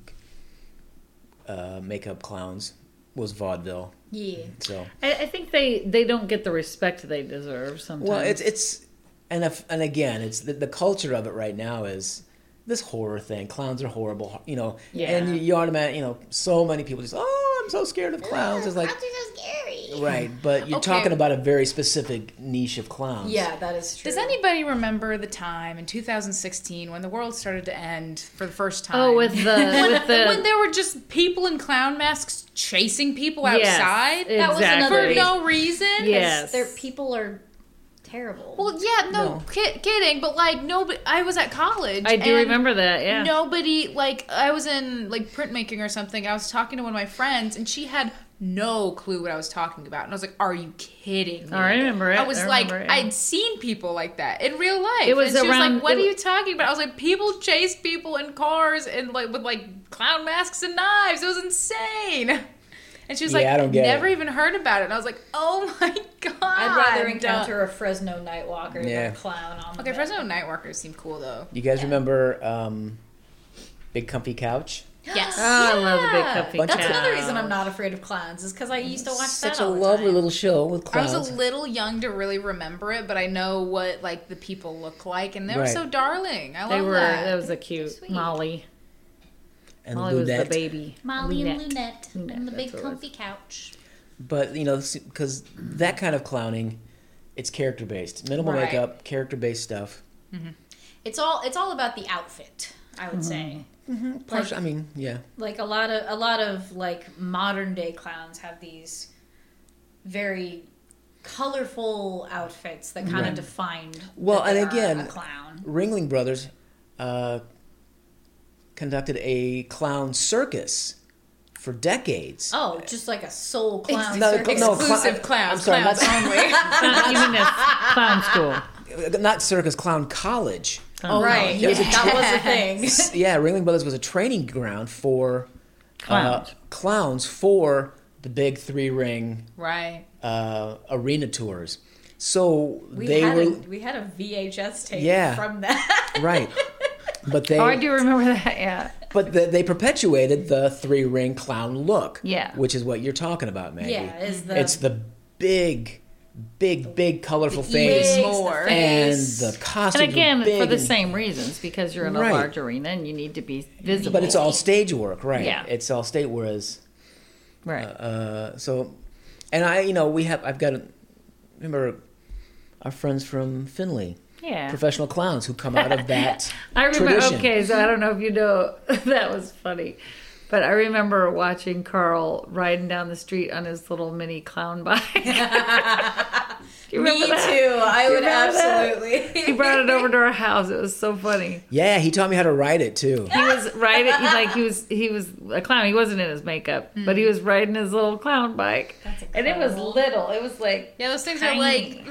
S2: uh, makeup clowns, was vaudeville.
S3: Yeah.
S2: So
S1: I, I think they they don't get the respect they deserve sometimes.
S2: well, it's it's and if, and again, it's the, the culture of it right now is this horror thing. Clowns are horrible, you know. And
S1: Yeah.
S2: you, you automatically, you know, so many people just oh, I'm so scared of clowns. It's like
S3: so scary.
S2: Right, but you're
S4: Okay.
S2: talking about a very specific niche of clowns.
S3: Yeah, that is true.
S4: Does anybody remember the time in 2016 when the world started to end for the first time?
S1: oh, with the
S4: when,
S1: with the
S4: when there were just people in clown masks chasing people
S1: Yes,
S4: outside
S1: exactly.
S3: That was another
S4: for no reason.
S1: Yes.
S3: Their people are terrible.
S4: Well, yeah, no,
S2: No.
S4: Ki- kidding, but like nobody. I was at college.
S1: I do
S4: and
S1: remember that. Yeah.
S4: Nobody like I was in like printmaking or something. I was talking to one of my friends, and she had no clue what I was talking about. And I was like, "Are you kidding?" me?"
S1: Oh, I remember it.
S4: I was
S1: I
S4: like,
S1: remember it, yeah.
S4: I'd seen people like that in real life.
S1: It was
S4: and she was
S1: around-
S4: like, "What
S1: it
S4: are
S1: wa-
S4: you talking about?" I was like, "People chase people in cars and like with like clown masks and knives. It was insane." And she was
S2: Yeah,
S4: like,
S2: I don't get
S4: never
S2: it."
S4: even heard about it. And I was like, oh my god.
S3: I'd rather encounter a Fresno Nightwalker
S2: Yeah.
S3: than a clown on the
S4: Okay,
S3: bed.
S4: Fresno Nightwalkers seem cool though.
S2: You guys remember um, Big Comfy Couch?
S4: Yes.
S1: Oh, I love the big
S3: Yeah.
S1: comfy
S2: Bunch of
S3: That's another
S1: cow.
S3: reason I'm not afraid of clowns is because I used to watch that.
S2: Such a
S3: all the
S2: lovely
S3: time.
S2: little show with
S4: I
S2: clowns.
S4: was a little young to really remember it, but I know what like the people look like, and they were
S2: Right.
S4: so darling. I love
S1: They were.
S4: that.
S1: That, was a cute
S3: Sweet.
S1: Molly.
S2: and
S1: Molly was the
S2: Lunette.
S1: baby.
S3: Molly and
S1: Lunette.
S3: Lunette,
S1: Lunette,
S3: and the
S1: that's
S3: big
S1: what it
S3: comfy couch.
S2: But, you know, because that kind of clowning, it's character based. Minimal
S4: Right.
S2: makeup, character based stuff.
S3: It's all it's all about the outfit. I
S1: Mm-hmm.
S3: would say,
S2: Partial, I mean, yeah.
S3: like a lot of a lot of like modern day clowns have these very colorful outfits that kind of defined.
S2: Well,
S3: that they
S2: and
S3: are
S2: again-
S3: a clown.
S2: Ringling Brothers uh, conducted a clown circus for decades.
S3: Oh, just like a soul clown.
S2: No,
S3: circus.
S2: no, cl-
S4: Exclusive
S2: I'm
S4: clowns,
S2: sorry,
S4: clowns
S2: that's-
S4: only.
S1: Clown- you mean that's clown school?
S2: Not circus, clown college.
S1: Clown
S3: Oh, right?
S2: Oh, yeah.
S3: That was a thing.
S2: yeah, Ringling Brothers was a training ground for
S1: Clowns.
S2: uh, clowns for the big three ring
S4: right.
S2: uh, arena tours. So
S3: We
S2: they
S3: had
S2: were
S3: a, we had a VHS tape
S2: Yeah.
S3: from that.
S2: right. but they
S1: Oh, I do remember that. Yeah.
S2: but they, they perpetuated the three ring clown look.
S1: Yeah.
S2: Which is what you're talking about, Maggie.
S3: Yeah, is the
S2: it's the big, big, big colorful
S1: E
S4: Even
S2: face
S3: E the
S4: more.
S2: and
S3: face.
S2: the costume.
S1: And again,
S2: big
S1: for the
S2: and-
S1: same reasons, because you're in a
S2: Right.
S1: large arena and you need to be visible.
S2: But it's all stage work, right?
S1: Yeah.
S2: It's all stage. Whereas,
S1: right.
S2: uh, so, and I, you know, we have. I've got. A, remember, our friends from Finley,
S1: yeah.
S2: professional clowns who come out of that.
S1: I remember.
S2: tradition.
S1: Okay, so I don't know if you know that was funny, but I remember watching Carl riding down the street on his little mini clown bike. you
S3: Me
S1: remember
S3: too.
S1: that?
S3: I would
S1: remember that? He
S3: absolutely.
S1: brought it over to our house. It was so funny.
S2: Yeah, he taught me how to ride it too.
S1: He was riding he, like he was he was a clown. He wasn't in his makeup, but
S3: Mm.
S1: he was riding his little clown bike, and it was little. It was like
S4: Yeah, those things
S1: Tiny.
S4: are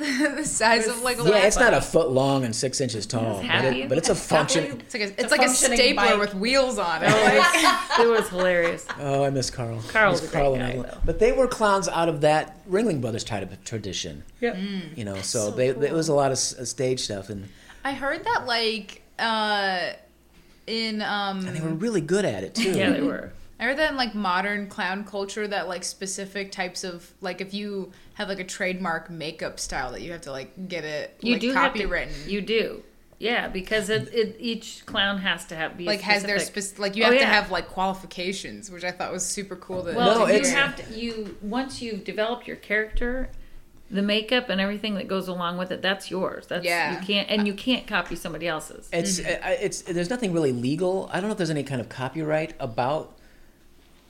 S4: like the size of like a
S2: Yeah,
S4: little.
S2: it's not a foot long and six inches tall, but,
S1: happy.
S2: it, but it's a function.
S4: It's like a, it's like a
S3: functioning
S4: stapler
S3: bike.
S4: with wheels on it.
S3: Oh,
S1: Oh, it was hilarious.
S2: Oh, I miss Carl.
S1: Carl's
S2: Miss
S1: a great guy,
S2: and Evelyn.
S1: though.
S2: But they were clowns out of that Ringling Brothers type of tradition.
S1: Yep.
S2: You know, so, they, it was a lot of s- uh, stage stuff, and,
S4: I heard that like uh in
S2: and they were
S4: um
S2: really good at it too.
S1: Yeah, they were.
S4: I heard that in like modern clown culture that like specific types of like if you have like a trademark makeup style that you have to like get it
S1: You
S4: like,
S1: do have to-
S4: copywritten.
S1: You do. Yeah, because it, it each clown has to have be a
S4: like has their
S1: specific-
S4: spec like you
S1: Oh,
S4: have to
S1: yeah.
S4: have like qualifications, which I thought was super cool. That
S1: Well,
S2: No,
S1: you
S2: it's-
S1: have to you once you've developed your character, the makeup and everything that goes along with it, that's yours. That's
S4: Yeah.
S1: you can't and you can't copy somebody else's.
S2: It's I- I- it's there's nothing really legal. I don't know if there's any kind of copyright about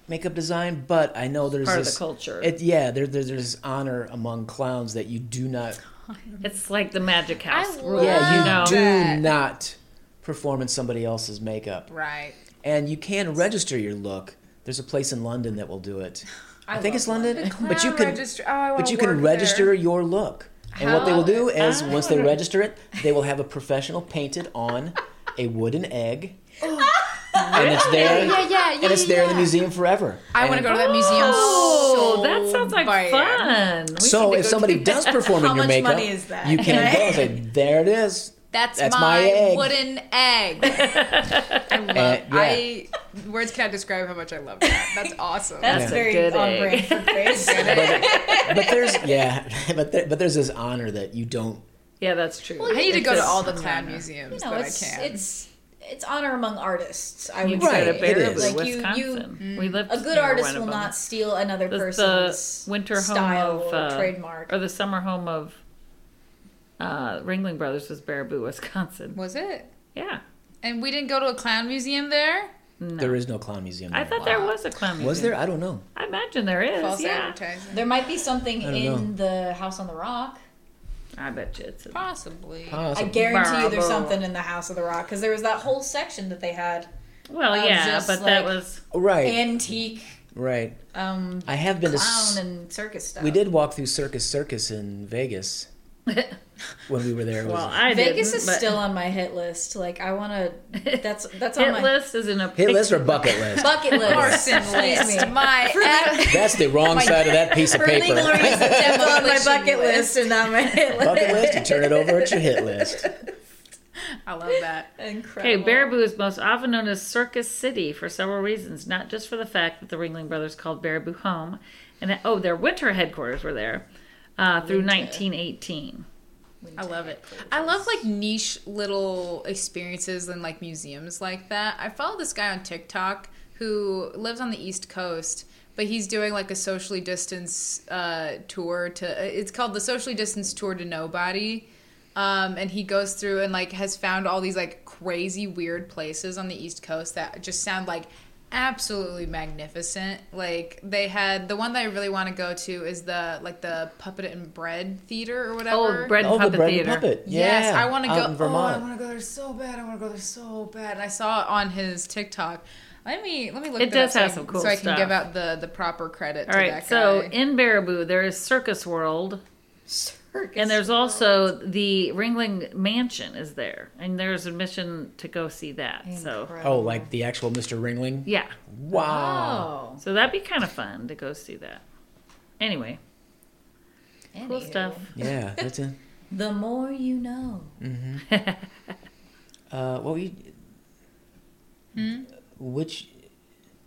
S2: makeup design, but I know there's
S1: part of the
S2: this,
S1: culture.
S2: It, yeah, there, there's there's this honor among clowns that you do not
S1: it's like the magic house rule.
S2: yeah you
S1: you Oh, know.
S2: do
S4: that.
S2: not perform in somebody else's makeup,
S4: right.
S2: and you can register your look. There's a place in London that will do it. I, think
S4: love
S2: it's London, but you
S4: Clown
S2: can
S4: register- oh, I wanna
S2: but you
S4: work
S2: can
S4: there.
S2: register your look. And what they will do is once they
S1: Ah.
S2: register it, they will have a professional painted on a wooden egg. and it's there
S4: Yeah, yeah, yeah,
S2: and it's
S4: yeah,
S2: there in the
S4: yeah.
S2: museum forever.
S4: I want
S2: And
S4: to go to that museum.
S1: Oh,
S4: so
S1: that sounds like
S4: bad.
S1: fun. We need
S2: So
S1: to
S2: if
S1: go
S2: somebody
S1: do
S2: does
S1: that.
S2: perform
S3: How
S2: in your
S3: much
S2: makeup,
S3: money is that?
S2: you can go and say, "There it is."
S4: That's,
S2: That's
S4: my,
S2: my egg.
S4: wooden egg. I love.
S2: yeah.
S4: I words cannot describe how much I love that. That's awesome.
S3: That's
S2: Yeah.
S3: very
S1: Good
S3: on
S1: egg.
S3: brand for Grace.
S2: But there's yeah, but there, but there's this honor that you don't.
S1: Yeah, that's true.
S4: I need to go to
S1: It's-
S4: all the clown museums
S3: you know,
S4: that I
S3: it's,
S4: can.
S3: it's it's honor among artists. I
S1: You
S3: would
S1: can
S2: Right,
S1: go
S2: it
S1: to
S2: is.
S1: Baraboo,
S3: Like, you- you-
S1: Wisconsin. we lived
S3: A good
S1: near
S3: artist
S1: one of
S3: will
S1: them.
S3: not steal another
S1: the,
S3: person's
S1: the winter home
S3: style
S1: of
S3: or
S1: uh,
S3: trademark.
S1: or the summer home of uh, Ringling Brothers was Baraboo, Wisconsin.
S4: Was it?
S1: Yeah,
S4: And we didn't go to a clown museum there.
S2: There is no clown museum.
S1: I
S2: there.
S1: thought there was a clown museum.
S2: was there? I don't know.
S1: I imagine there is.
S4: False
S1: yeah,
S4: advertising.
S3: there might be something
S2: don't
S3: in the House on the Rock.
S1: I bet you it's. Ah, A,
S4: Possibly.
S3: I
S2: Possible.
S3: guarantee you
S1: Bravo.
S3: there's something in the House of the Rock because there was that whole section that they had
S1: well,
S3: Um,
S1: yeah,
S3: just
S1: but that
S3: like-
S1: was
S2: right,
S3: antique
S2: right.
S3: um,
S2: I have been to. s-
S3: clown and circus stuff.
S2: we did walk through Circus Circus in Vegas when we were there. It was-
S1: well. I
S3: Vegas
S1: didn't,
S3: is
S1: but-
S3: still on my hit list. Like I want to. That's that's on
S1: hit
S3: my
S1: list is in a
S2: hit list or
S1: picture-
S2: bucket list?
S3: bucket list.
S4: Arson
S3: Excuse
S4: list.
S3: me.
S4: My ad-
S2: That's the wrong side of that piece of
S3: For
S2: paper.
S3: legal reasons, that's on my
S4: Demolition
S3: bucket
S4: list.
S3: list and not my hit list.
S2: bucket list. You turn it over. It's your hit list.
S4: I love that.
S1: Okay,
S3: Incredible.
S1: Baraboo is most often known as Circus City for several reasons, not just for the fact that the Ringling Brothers called Baraboo home, and that, oh, their winter headquarters were there uh, through 1918.
S4: I love it. I love like niche little experiences and like museums like that. I follow this guy on TikTok who lives on the East Coast, but he's doing like a socially distance uh, tour to. It's called the socially distance tour to nobody. Um, and he goes through and like has found all these like crazy weird places on the East Coast that just sound like absolutely magnificent. Like they had the one that I really want to go to is the like the Puppet and Bread Theater or whatever.
S1: Oh, Bread and
S2: Oh, the
S1: Puppet
S2: bread and
S1: Theater.
S2: puppet.
S4: Yes,
S2: yeah,
S4: I want to
S2: out
S4: go.
S2: in
S4: Oh, I
S2: Vermont.
S4: want to go there so bad. I want to go there so bad. And I saw it on his TikTok. Let me let me look.
S1: It
S4: that up
S1: does
S4: so I
S1: have
S4: can-
S1: some cool
S4: so I can
S1: stuff.
S4: give out the the proper credit.
S1: All
S4: to
S1: right,
S4: that
S1: so
S4: guy.
S1: in Baraboo, there is Circus World,
S3: Circus.
S1: and there's also the Ringling Mansion is there, and there's admission to go see that. So,
S2: Oh, like the actual Mr. Ringling.
S1: yeah,
S2: Wow.
S3: Oh.
S1: so that'd be kind of fun to go see that. Anyway,
S2: uh,
S1: cool
S3: Anywho.
S1: stuff.
S2: Yeah, that's it.
S3: The more you know.
S2: Uh, well, we Which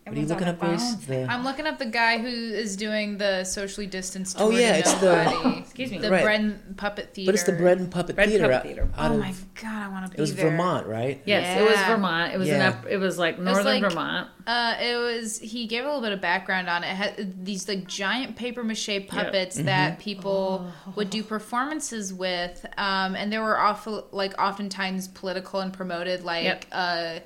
S2: what are you
S3: Everyone's
S2: looking
S3: on
S2: up,
S3: their
S2: Grace?
S3: phones.
S2: The
S4: I'm looking up the guy who is doing the socially distanced.
S2: Oh,
S4: tour
S2: yeah,
S4: to
S2: it's the-
S4: nobody.
S1: Excuse me.
S4: the
S2: Right.
S4: bread and puppet theater.
S2: but it's the bread and puppet
S1: Bread and
S2: theater.
S1: Puppet Theater.
S2: out- out
S4: oh
S2: of-
S4: my god, I want to be
S2: It was
S4: there.
S2: Vermont, right?
S1: Yes, it was
S4: Yeah.
S1: Vermont. It was
S2: Yeah.
S1: an up, it was like northern
S4: like-
S1: Vermont.
S4: Uh, it was. He gave a little bit of background on it. it had these like giant paper mache puppets that people would do performances with, um, and they were awful, like oftentimes political and promoted, like.
S1: Yep.
S4: Uh,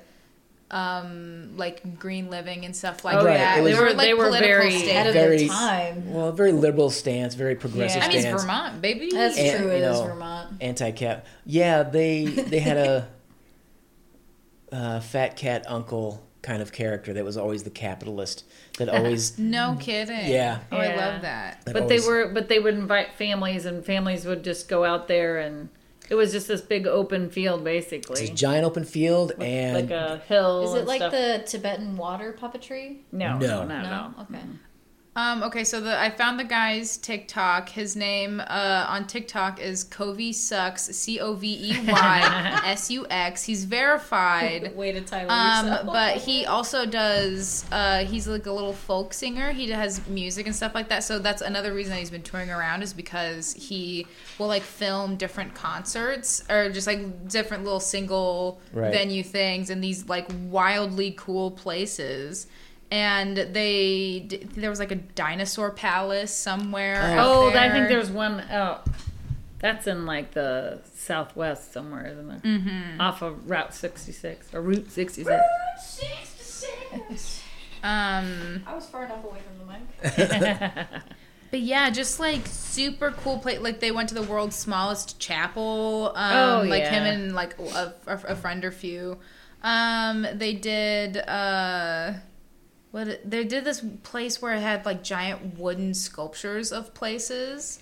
S4: um, like green living and stuff like
S1: Oh,
S2: Right,
S4: that.
S2: it was-
S4: they were like
S1: They were
S4: political
S1: very-
S3: Ahead
S4: statements.
S3: of their
S2: Very-
S3: time.
S2: Well, very liberal stance, very progressive
S3: Yeah.
S4: I mean, it's
S2: stance.
S4: Vermont, baby.
S3: That's
S2: And,
S3: true. It
S2: you
S3: is
S2: know,
S3: Vermont.
S2: anti-cap. Yeah, they they had a uh, fat cat uncle kind of character that was always the capitalist that always
S4: no kidding.
S2: Yeah.
S4: Oh, I
S1: Yeah.
S4: love that.
S2: that
S1: But
S2: always-
S1: they were but they would invite families and families would just go out there and it was just this big open field
S2: it's
S1: basically.
S2: a giant open field and
S1: like a hill.
S3: Is it
S1: and
S3: like
S1: stuff.
S3: the Tibetan water puppetry?
S1: No,
S2: No.
S1: no, not at all.
S3: Okay.
S4: Um, okay, so the I found the guy's TikTok. His name uh, on TikTok is Covey Sucks. C O V E Y S U X. He's verified.
S3: Way to title
S4: Um,
S3: yourself.
S4: but he also does. Uh, he's like a little folk singer. He has music and stuff like that. So that's another reason that he's been touring around is because he will like film different concerts or just like different little single
S2: Right.
S4: venue things in these like wildly cool places. And they d- there was like a dinosaur palace somewhere. out
S1: Oh,
S4: there.
S1: I think there's one oh that's in like the southwest somewhere, isn't it? Mm-hmm. Off of Route 66 or Route 66.
S4: um.
S3: I was far enough away from the mic.
S4: But yeah, just like super cool place. Like they went to the world's smallest chapel. Um,
S1: Oh,
S4: like
S1: yeah.
S4: him and like a, a, a friend or few. Um, they did uh, what they did this place where it had like giant wooden sculptures of places.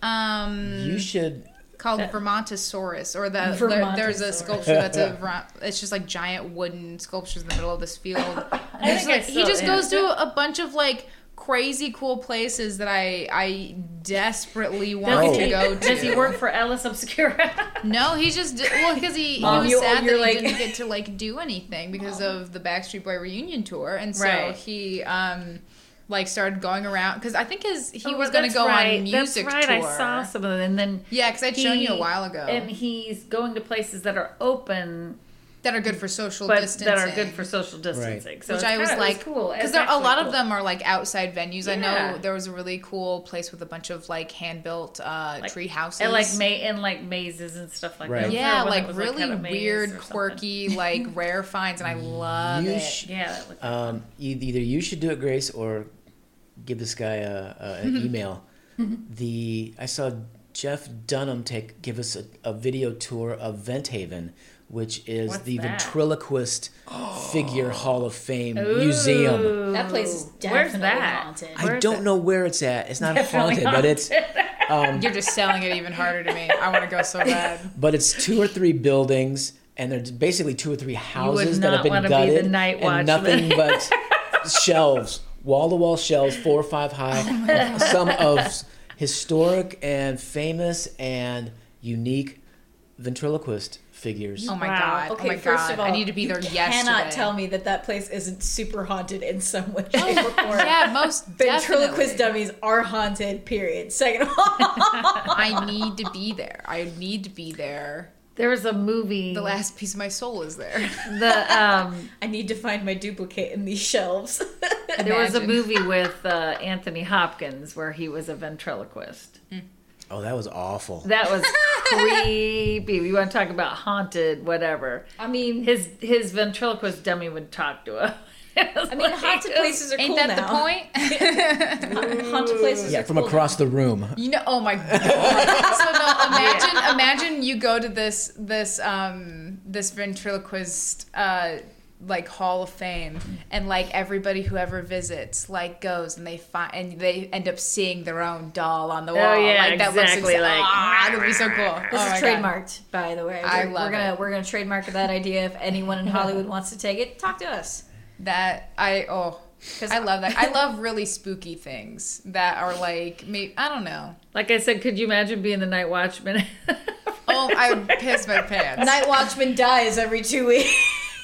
S4: Um,
S2: you should
S4: called Vermontosaurus, or the there, there's a
S3: Vermontosaurus.
S4: sculpture that's a Ver- it's just like giant wooden sculptures in the middle of this field. And
S1: think
S4: it's
S1: I
S4: like- he
S1: saw
S4: just
S1: it.
S4: goes to a bunch of like crazy cool places that I I desperately want
S2: Does
S4: to
S2: he-
S4: go to.
S1: Does he work for Ellis Obscura?
S4: No, he's just well because he, he
S3: Mom,
S4: was
S3: you-
S4: sad that
S3: you're
S4: he
S3: like-
S4: didn't get to like do anything because of the Backstreet Boy reunion tour, and so
S1: Right.
S4: he um like started going around because I think his he
S1: Oh,
S4: was
S1: well,
S4: going
S1: that's
S4: to go
S1: right.
S4: on music
S1: That's right.
S4: tour.
S1: I saw some of them, and then
S4: Yeah, because I'd shown
S1: he-
S4: you a while ago.
S1: And he's going to places that are open,
S4: that are good for social
S1: but
S4: distancing.
S1: that are good for social distancing. So
S4: which
S1: it's
S4: I was
S1: kinda- it
S4: like,
S1: cool. It's
S4: because there a
S1: actually
S4: lot
S1: cool.
S4: of them are like outside venues. I know
S1: Yeah.
S4: there was a really cool place with a bunch of like hand built uh,
S1: Like-
S4: tree houses
S1: and like ma- and like mazes and stuff like
S2: Right.
S1: that. There was
S4: yeah,
S1: one that
S4: like
S1: was,
S4: really
S1: had a maze or
S4: weird,
S1: something.
S4: quirky, like rare finds, and I love
S2: you
S4: it.
S2: sh-
S1: Yeah, that looked-
S2: um, e- either you should do it, Grace, or give this guy a, a, an
S1: Mm-hmm.
S2: email. the I saw Jeff Dunham take give us a, a video tour of Vent Haven, which is
S1: What's
S2: the
S1: that?
S2: ventriloquist figure Hall of Fame museum.
S1: Ooh.
S3: That place is
S1: Where's
S3: definitely
S1: that?
S3: haunted.
S2: I
S1: Where is
S2: don't
S1: it?
S2: know where it's at. It's not
S1: Definitely
S2: haunted, but it's
S1: haunted.
S4: You're just selling it even harder to me. I want to go so bad.
S2: but it's two or three buildings, and there's basically two or three houses that
S1: not
S2: have been
S1: wanna be
S2: gutted,
S1: the night watchman.
S2: and nothing but shelves, wall to wall shelves, four or five high,
S1: Oh
S2: of some of s- historic and famous and unique ventriloquist figures.
S4: Oh my
S1: Wow.
S4: god.
S3: Okay,
S4: oh my
S3: first
S4: god.
S3: of all,
S4: I need to be there
S3: you
S4: yesterday. Oh,
S3: Cannot tell me that that place isn't super haunted in some way, shape, or form.
S4: Yeah, most
S3: Ventriloquist
S4: definitely.
S3: dummies are haunted. Period. Second of all,
S4: I need to be there. I need to be there.
S1: There was a movie.
S4: The last piece of my soul is there.
S1: the, um,
S3: I need to find my duplicate in these shelves.
S1: there was a
S4: Imagine.
S1: movie with uh, Anthony Hopkins where he was a ventriloquist.
S2: Oh, that was awful.
S1: That was creepy. We want to talk about haunted, whatever.
S3: I mean,
S1: His his ventriloquist dummy would talk to him.
S3: I mean, haunted places are
S4: Ain't
S3: cool now.
S4: that the point?
S3: Haunted places
S2: Yeah,
S3: are
S2: from
S3: cool
S2: across the room.
S4: You know, oh my god. so no, imagine imagine you go to this this um this ventriloquist uh like Hall of Fame and like everybody who ever visits like goes and they find and they end up seeing their own doll on the
S1: Oh,
S4: wall.
S1: yeah,
S4: like that looks
S1: exactly,
S4: exa-
S1: like-
S4: ah, that would be so cool.
S3: This
S4: Oh my
S3: is
S4: God.
S3: trademarked, by the way.
S4: I
S3: We're-
S4: love
S3: we're gonna
S4: it.
S3: we're gonna trademark that idea. If anyone in Hollywood wants to take it, talk to us.
S4: That I oh because I love that. I love really spooky things that are like maybe I don't know.
S1: Like I said, could you imagine being the night watchman?
S4: Oh, I would piss my pants.
S3: Night Watchman dies every two weeks.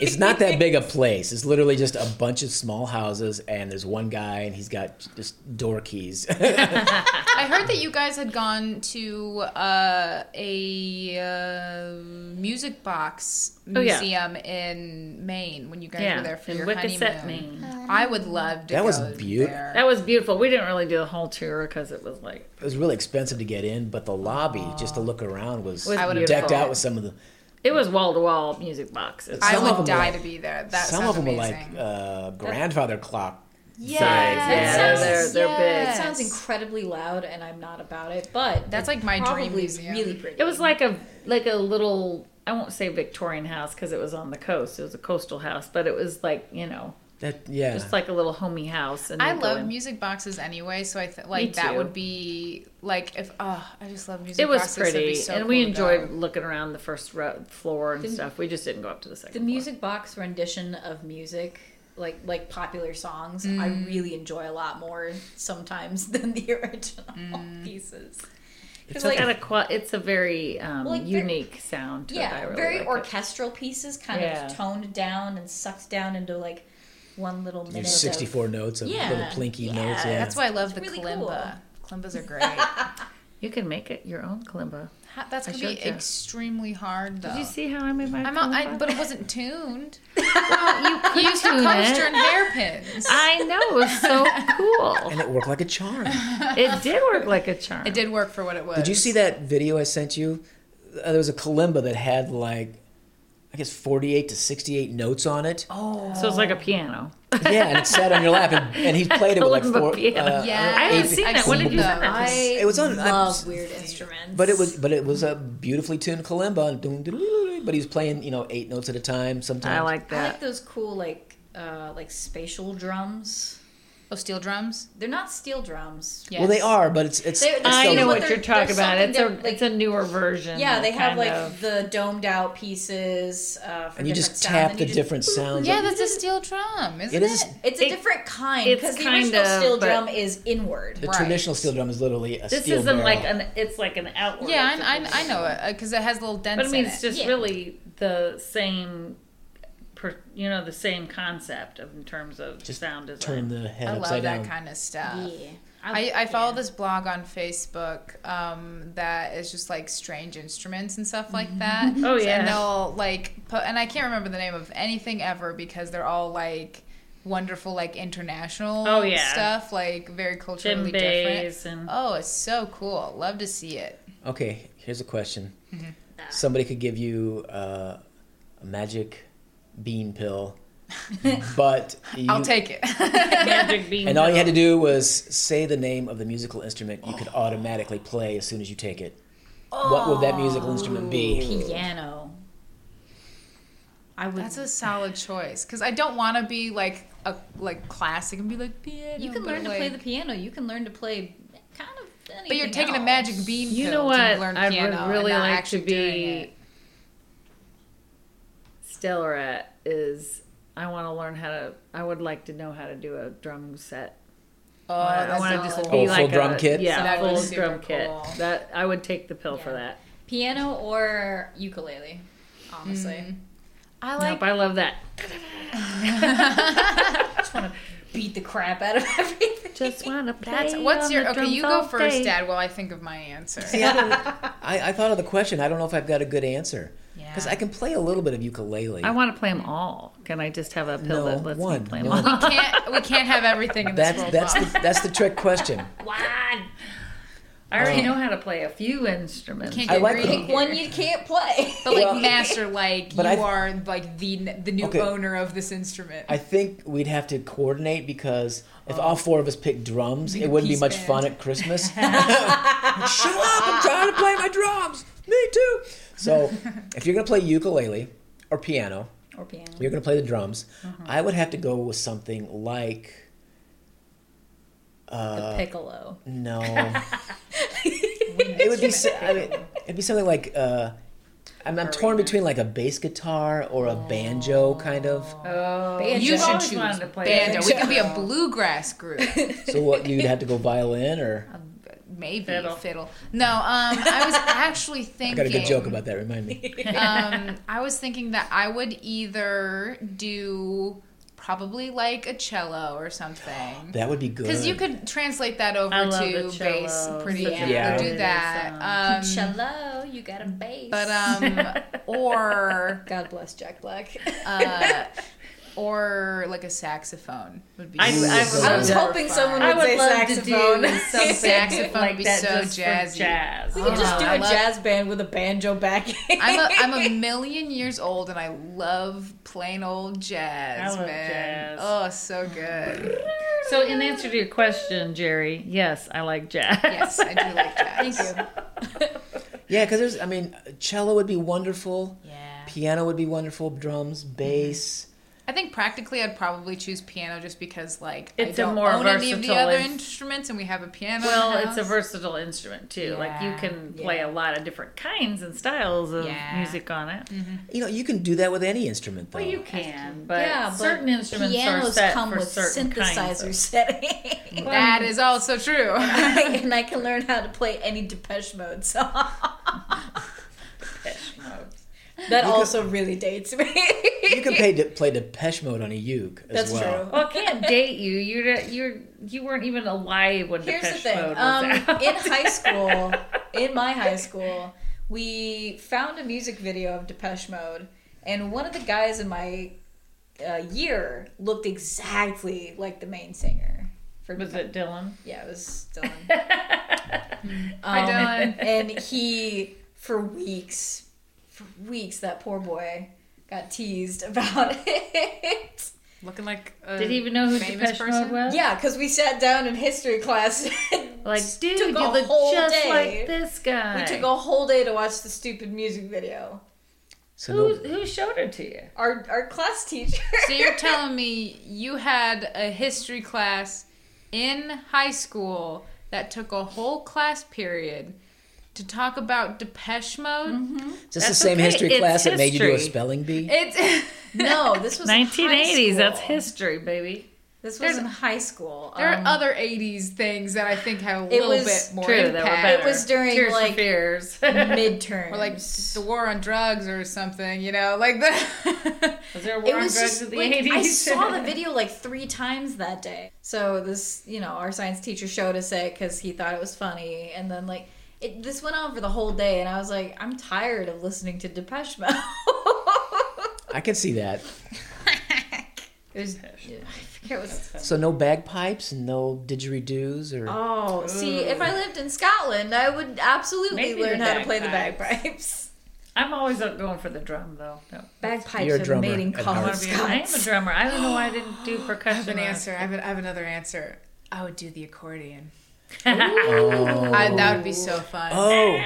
S2: It's not that big a place. It's literally just a bunch of small houses, and there's one guy, and he's got just door keys.
S4: I heard that you guys had gone to uh, a uh, music box
S1: Oh, yeah.
S4: museum in Maine when you guys
S1: yeah,
S4: were there for
S1: in
S4: your
S1: Wicassette,
S4: honeymoon.
S1: Maine.
S4: I would love to.
S2: That
S4: go
S2: was beautiful.
S4: there.
S1: That was beautiful. We didn't really do the whole tour because it was like
S2: It was really expensive to get in, but the lobby, just to look around, was,
S1: Was I
S2: decked
S1: would've
S2: out
S1: thought.
S2: with some of the.
S1: it was wall to wall music boxes.
S4: I
S2: some of
S4: would
S2: them were
S4: die
S2: like-
S4: to be there. That
S2: some
S4: sounds
S2: of them
S4: amazing.
S2: were like uh, grandfather clock.
S3: Yeah,
S2: Size,
S3: that
S1: yeah,
S3: sounds,
S1: they're- they're big.
S3: It sounds incredibly loud, and I'm not about it. But
S4: That's like my dream
S3: probably
S4: museum.
S3: Really pretty.
S1: It was like a like a little I won't say Victorian house because it was on the coast. It was a coastal house, but it was like you know
S2: That yeah.
S1: just like a little homey house. And
S4: I
S1: you go
S4: love
S1: in.
S4: music boxes anyway, so I th- like that
S1: too.
S4: would be like if oh, I just love music.
S1: It was
S4: boxes. That'd be
S1: pretty,
S4: so
S1: and
S4: cool
S1: we
S4: to go.
S1: enjoyed looking around the first row, floor and
S3: The-
S1: stuff. We just didn't go up to the second.
S3: the
S1: floor.
S3: music box rendition of music, like like popular songs, I
S1: Mm.
S3: really enjoy a lot more sometimes than the original
S1: Mm.
S3: pieces.
S2: It's
S3: Because
S1: It's
S3: like
S1: got a qua- it's a very um,
S3: Well, like, very-
S1: unique sound. To it.
S3: yeah,
S1: I really
S3: very
S1: like it.
S3: orchestral pieces, kind
S1: Yeah.
S3: of toned down and sucked down into like one little minute.
S2: There's
S3: of-
S2: 64 notes of
S3: Yeah,
S2: little plinky
S3: yeah,
S2: notes. Yeah.
S4: That's why I love the
S3: It's really
S4: kalimba. Kalimbas are great.
S1: You can make it your own kalimba.
S4: Ha- That's
S1: I
S4: gonna be
S1: showed ya.
S4: extremely hard though.
S1: Did you see how I made my?
S4: I'm not, I,
S1: kalimba?
S4: but it wasn't tuned.
S1: you,
S4: You used
S1: tune
S4: coaster
S1: it.
S4: and hairpins.
S1: I know. It was so cool.
S2: and it worked like a charm.
S1: It did work like a charm.
S4: It did work for what it was.
S2: Did you see that video I sent you? Uh, there was a kalimba that had like, I guess 48 to 68 notes on it.
S1: So it's like a piano.
S2: Yeah, and it sat on your lap, and, and he played it with like
S1: Kalimba
S2: four.
S1: piano.
S2: uh,
S4: Yeah.
S1: I haven't
S2: eight-
S1: seen
S4: I've
S1: that. When
S4: seen
S1: did you send
S4: those.
S1: that? to me?
S3: I
S2: It was on- I'm-
S3: love weird instruments,
S2: But it was but it was a beautifully tuned kalimba. and doom, doom, doom, doom, But he was playing you know eight notes at a time. Sometimes
S1: I like
S3: I like
S1: that.
S3: those cool like uh like spatial drums.
S4: Oh, steel drums.
S3: They're not steel drums.
S4: Yes.
S2: Well, they are, but it's it's.
S3: They-
S2: it's
S1: I
S3: I
S2: still-
S1: know
S3: what
S1: what
S3: they're-
S1: you're talking
S3: there's
S1: about. It's a
S3: something that, like-
S1: it's a newer version.
S3: Yeah, they have
S1: kind
S3: like
S1: of.
S3: the domed out pieces. Uh, for
S2: and you
S3: different
S2: just
S3: sound,
S2: tap
S3: and
S2: the
S3: you just-
S2: different sounds.
S4: Yeah, that's a steel drum, isn't
S2: it
S4: it?
S2: is
S3: It's a
S1: It-
S3: different kind
S1: it's
S3: because the
S1: kind
S3: original
S1: of,
S3: steel
S1: but-
S3: drum is inward.
S2: the
S4: Right.
S2: traditional steel drum is literally a
S1: This
S2: steel
S1: isn't
S2: barrel.
S1: like an. It's like an outward.
S4: Yeah, I, I, I know it because it has little dents
S1: But I mean,
S4: in
S1: it's
S4: it.
S1: just
S3: Yeah.
S1: really the same. Per, you know, the same concept of in terms of
S2: Just
S1: sound design.
S2: turn the head
S4: I love
S2: upside
S4: that
S2: down.
S4: kind of stuff.
S3: Yeah.
S4: I, I follow this blog on Facebook um, that is just like strange instruments and stuff like that.
S1: Oh, yeah.
S4: and they'll like put, and I can't remember the name of anything ever because they're all like wonderful like international
S1: Oh, yeah.
S4: stuff like very culturally
S1: Djembes
S4: different.
S1: and
S4: Oh, it's so cool. Love to see it.
S2: Okay, here's a question.
S4: Mm-hmm.
S2: Somebody could give you uh, a magic bean pill, but you,
S4: I'll take it.
S1: magic bean.
S2: And all you had to
S4: Mm-hmm.
S1: pill.
S2: do was say the name of the musical instrument you could automatically play as soon as you take it. What would that musical instrument be?
S4: Oh,
S3: Piano. I would.
S4: That's a solid choice because I don't want to be like a like classic and be like piano.
S3: you can
S4: but,
S3: learn to
S4: like-
S3: play the piano. You can learn to play kind of. Anything
S4: But you're taking
S3: else.
S4: a magic bean.
S1: You
S4: pill
S1: know
S4: To
S1: what?
S4: learn
S1: I
S4: piano
S1: would
S4: and
S1: really
S4: not
S1: like to
S4: actually doing it.
S1: be stellar at is. I want to learn how to. I would like to know how to do a drum set.
S4: Oh,
S1: I want to just be
S2: Oh, full
S1: like
S2: drum
S1: a,
S2: kit?
S1: Yeah,
S4: That would be
S1: full
S4: super
S1: drum kit.
S4: cool.
S1: That I would take the pill for
S3: Yeah.
S1: that.
S3: piano or ukulele. Honestly,
S4: Hmm. I like.
S1: nope, I love that.
S3: just want to beat the crap out of everything.
S1: Just want to play.
S4: that's what's
S1: on
S4: your
S1: the
S4: okay?
S1: drums
S4: You go
S1: all
S4: first,
S1: day.
S4: Dad, while I think of my answer.
S2: See, I, don't- I, I thought of the question. I don't know if I've got a good answer. Because
S4: Yeah.
S2: I can play a little bit of ukulele.
S1: I want to play them all. Can I just have a pill
S2: No,
S1: that lets
S2: one,
S1: me play
S2: no.
S1: them all?
S4: We can't. We can't have everything in this
S2: that's
S4: world.
S2: that's
S4: Bob.
S2: the, that's the trick question.
S1: One. I already know how to play a few instruments.
S4: Can't
S2: Oh. I
S4: get
S2: like
S4: greedy
S2: them.
S4: here.
S3: one you can't play.
S4: But like
S2: Well-
S4: master, like
S2: But
S4: you
S2: I-
S4: are like the the new
S2: Okay.
S4: owner of this instrument.
S2: I think we'd have to coordinate because if all four of us picked drums,
S4: Be Oh. a
S2: it wouldn't be
S4: peace
S2: much
S4: band.
S2: fun at Christmas. Shut up! I'm trying to play my drums. Me too. So, if you're gonna play ukulele or piano,
S3: or piano.
S2: you're gonna play the drums. I would have to go with something like
S3: the piccolo.
S4: Um,
S2: no. it would be. so- I mean, it'd be something like. Uh, I'm, I'm torn between like a bass guitar or a banjo kind of.
S1: Oh,
S4: you
S1: I've
S4: should
S1: always
S4: choose
S1: wanted to play
S4: bando.
S1: it.
S4: We can be a bluegrass group.
S2: So what you'd have to go violin or
S4: maybe
S1: Fiddle.
S4: fiddle. No, um, I was actually
S2: I
S4: thinking.
S2: got a good joke about that. Remind me.
S4: um, I was thinking that I would either do probably like a cello or something.
S2: That would be good.
S4: Because you could translate that over
S1: I love
S4: to
S1: the cello.
S4: bass pretty
S3: Yeah.
S2: Yeah.
S4: yeah. do that. Um,
S3: Cello, you got a bass.
S4: but um, or
S3: God bless Jack Black.
S4: uh, or like a saxophone would be.
S1: I-
S4: so
S1: I would- I was
S4: fun.
S3: hoping someone
S1: I
S3: would
S1: would
S3: say
S1: love to
S3: saxophone.
S1: do something
S4: Saxophone
S1: like
S4: would be
S1: that
S4: so
S1: just for
S4: jazzy.
S1: jazz.
S3: We could just do
S4: Oh,
S3: a
S4: I love-
S3: jazz band with a banjo backing.
S4: I'm a, I'm a million years old and I love plain old jazz,
S1: I love
S4: man.
S1: jazz.
S4: Oh, so good.
S1: So, in answer to your question, Jerry, yes, I like jazz.
S4: yes, I do like jazz.
S3: Thank you.
S2: yeah, because there's. I mean, cello would be wonderful.
S3: Yeah.
S2: Piano would be wonderful. Drums, bass.
S4: I think practically I'd probably choose piano just because like
S1: It's a
S4: I don't
S1: more
S4: own any of the
S1: versatile
S4: other
S1: ins-
S4: instruments and we have a piano.
S1: Well,
S4: in the
S1: it's a
S4: house.
S1: versatile instrument too. Like you
S4: Yeah.
S1: can play a lot of different kinds and styles of
S4: Yeah.
S1: music on it.
S3: Mm-hmm.
S2: You know, you can do that with any instrument, though.
S1: Well, you can, but
S3: Yeah, but
S1: certain instruments are
S3: Pianos
S1: set
S3: come
S1: for
S3: with
S1: certain kinds.
S3: synthesizer
S1: Of,
S3: setting.
S4: that is also true.
S3: and I can learn how to play any Depeche Mode song. That also really dates me.
S2: You can play, play Depeche Mode on a uke as
S3: That's
S2: well.
S3: true.
S1: well, I can't date you. You're you're you weren't even alive when
S3: Here's
S1: Depeche
S3: the thing.
S1: Mode was
S3: Um,
S1: out.
S3: in high school, in my high school, we found a music video of Depeche Mode, and one of the guys in my uh, year looked exactly like the main singer. For
S1: was it Dylan?
S3: Yeah, it was Dylan.
S4: Hi,
S3: Um,
S4: Dylan.
S3: and he, for weeks, for weeks, that poor boy got teased about it.
S4: Looking like a
S1: Did he even know who
S4: famous
S1: Depeche
S4: person?
S1: Mode was?
S3: yeah, because we sat down in history class. and
S1: Like, dude,
S3: took
S1: you
S3: a
S1: look
S3: whole
S1: just
S3: day.
S1: like this guy.
S3: we took a whole day to watch the stupid music video.
S2: So
S1: who,
S2: no-
S1: who showed it to you?
S3: Our our class teacher.
S4: So you're telling me you had a history class in high school that took a whole class period to talk about Depeche Mode?
S2: just the
S1: That's
S2: same
S1: okay,
S2: history
S1: it's
S2: class that made you do a
S1: history.
S2: spelling bee.
S4: It's
S3: no, this was in high
S1: 1980s. That's
S3: school.
S1: history, baby.
S3: This was in high school.
S4: there
S3: Um,
S4: are other '80s things that I think have a
S3: It
S4: little
S3: was
S4: bit more
S1: Oh. True, that were
S4: impact.
S1: better.
S3: It was during
S1: Tears for
S3: like
S1: fears.
S3: midterms.
S4: or like the war on drugs or something, you know, like the.
S1: Was there a war
S3: it
S1: on
S3: was
S1: drugs
S3: just
S1: in the
S3: like,
S1: 80s?
S3: I saw the video like three times that day. So this, you know, our science teacher showed us it because he thought it was funny, and then like it, this went on for the whole day, and I was like, I'm tired of listening to Depeche Mode.
S2: I can see that.
S3: it was, I forget what's.
S2: So no bagpipes, no didgeridoos, or
S3: Oh, see, if I lived in Scotland, I would absolutely
S1: Maybe
S3: learn
S1: the
S3: how to play the
S1: bagpipes.
S3: bagpipes.
S1: I'm always up going for the drum, though. No.
S3: Bagpipes
S2: You're a
S3: are
S2: drummer
S3: made in
S2: at
S1: I,
S3: Colin
S2: heart.
S1: wanna be, I am a
S3: Scots.
S1: drummer. I don't know why I didn't do
S4: I have
S1: percussion.
S4: an
S1: last
S4: answer. I have, an, I have another answer. I would do the accordion.
S2: oh,
S4: I, that would be so fun. Oh,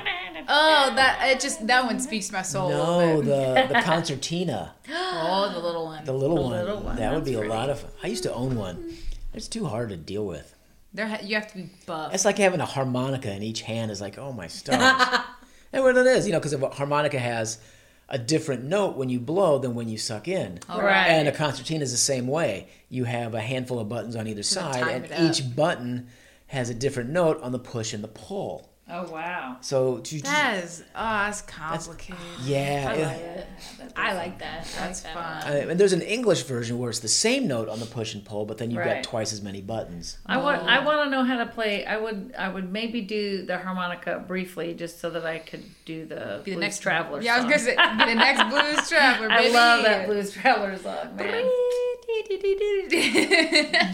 S2: oh
S4: that it just that one speaks to my soul. a
S2: no,
S4: little bit.
S2: the the concertina,
S4: oh, the little one.
S2: the little, one.
S1: little one,
S2: That would
S1: that's
S2: be
S1: pretty.
S2: a lot of. fun. I used to own one. It's too hard to deal with.
S4: There, ha- you have to be buff.
S2: It's like having a harmonica in each hand. Is like, oh my stars. and what it is, you know, because a harmonica has a different note when you blow than when you suck in.
S1: Right.
S2: And a concertina is the same way. You have a handful of buttons on either
S4: time
S2: side,
S4: it
S2: and
S4: up.
S2: each button has a different note on the push and the pull.
S1: Oh, wow.
S2: So to,
S4: That is, oh, that's complicated.
S2: yeah, it-
S3: I like that.
S4: That's
S3: I like that.
S4: fun.
S2: I- and there's an English version where it's the same note on the push and pull, but then you've
S1: Right.
S2: got twice as many buttons.
S1: I want. I want to know how to play. I would. I would maybe do the harmonica briefly, just so that I could do the,
S4: Be the
S1: Blues
S4: next
S1: traveler.
S4: Yeah, I was
S1: song.
S4: gonna say be the next blues traveler.
S1: I
S4: Baby.
S1: love that blues traveler song, man.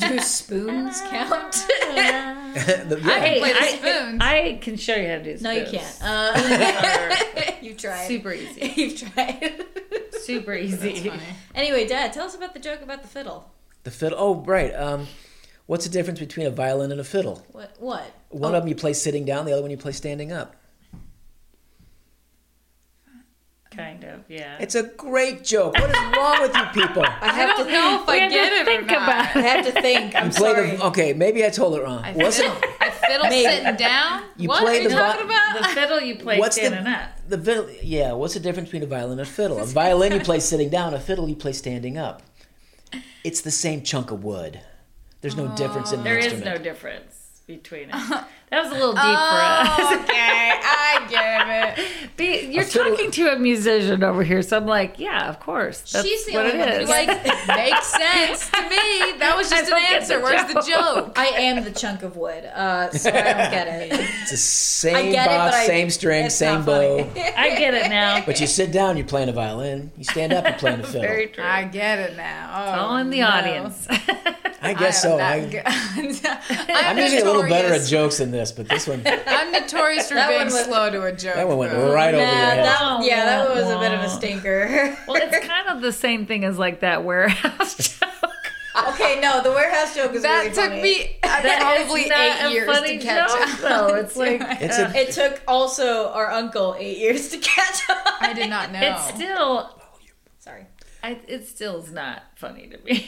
S3: Do spoons count?
S2: The- yeah.
S1: I,
S4: play the
S1: I-
S4: spoons.
S1: I can show you how to do. Spoons.
S3: No, you can't. Uh, you've tried.
S1: Super easy.
S3: You've tried.
S1: Super easy.
S3: anyway, Dad, tell us about the joke about the fiddle.
S2: the fiddle. Oh, right. Um, what's the difference between a violin and a fiddle?
S3: What? What?
S2: One of them you play sitting down, the other one you play standing up.
S1: Kind of. Yeah.
S2: It's a great joke. What is wrong with you people?
S3: I
S4: I
S3: have
S4: don't
S3: to
S4: know if I
S1: had to
S4: get it
S1: think
S4: or not.
S1: about
S3: I have to think. I'm
S2: You play
S3: sorry.
S2: the okay. Maybe I told it wrong.
S4: I
S2: What's
S4: fiddle, I fiddle sitting down.
S2: You
S4: what
S2: play
S4: are you
S2: the vi-
S4: talking about?
S1: the fiddle you play
S2: What's the-
S1: standing up.
S2: the fiddle? Yeah. What's the difference between a violin and a fiddle? A violin you play sitting down. A fiddle you play standing up. It's the same chunk of wood. There's no difference in the
S1: There is
S3: Oh.
S2: instrument.
S1: no difference between it. That was a little deep for us.
S4: Oh, okay, I get it.
S1: Be- You're
S2: fiddle-
S1: talking to a musician over here, so I'm like, yeah, of course. That's
S3: She's the
S1: what
S3: only one
S1: it
S3: that
S1: is.
S4: Like, makes sense to me. That was just
S1: I
S4: an
S1: don't get
S4: answer.
S1: the
S4: Where's the
S1: joke.
S4: joke?
S3: I am the chunk of wood, uh, so I don't get it.
S2: It's the same
S3: get it,
S2: bob,
S3: but I-
S2: same string,
S3: it's
S2: same
S3: not funny.
S2: bow.
S1: I get it now.
S2: But you sit down, you're playing a violin. You stand up, you're playing a fiddle.
S1: Very true.
S4: I get it now. Oh,
S1: All in the
S4: no.
S1: audience.
S2: I
S4: I am
S2: guess so.
S4: not
S2: I,
S4: good. I'm,
S2: I'm usually a little better at
S4: notorious-
S2: jokes than this, but this one, that
S4: I'm notorious for
S3: That
S4: being
S3: one was-
S4: slow to a joke.
S2: one went
S4: though.
S2: right over your
S3: Nah,
S2: head.
S3: that one- yeah, that one was a bit of
S1: Wah, wah.
S3: a stinker.
S1: well, it's kind of the same thing as like that warehouse joke.
S3: okay, no, the warehouse joke is
S4: That
S3: really
S4: took
S3: funny.
S4: me
S1: That is
S4: probably
S1: not
S4: eight
S1: a
S4: years
S1: funny
S4: to catch
S1: joke,
S4: up.
S1: though. It's like-
S2: It's a
S3: uh, It took also our uncle eight years to catch on.
S4: I did not know.
S1: It's still,
S3: Sorry.
S1: I, it still is not funny to me.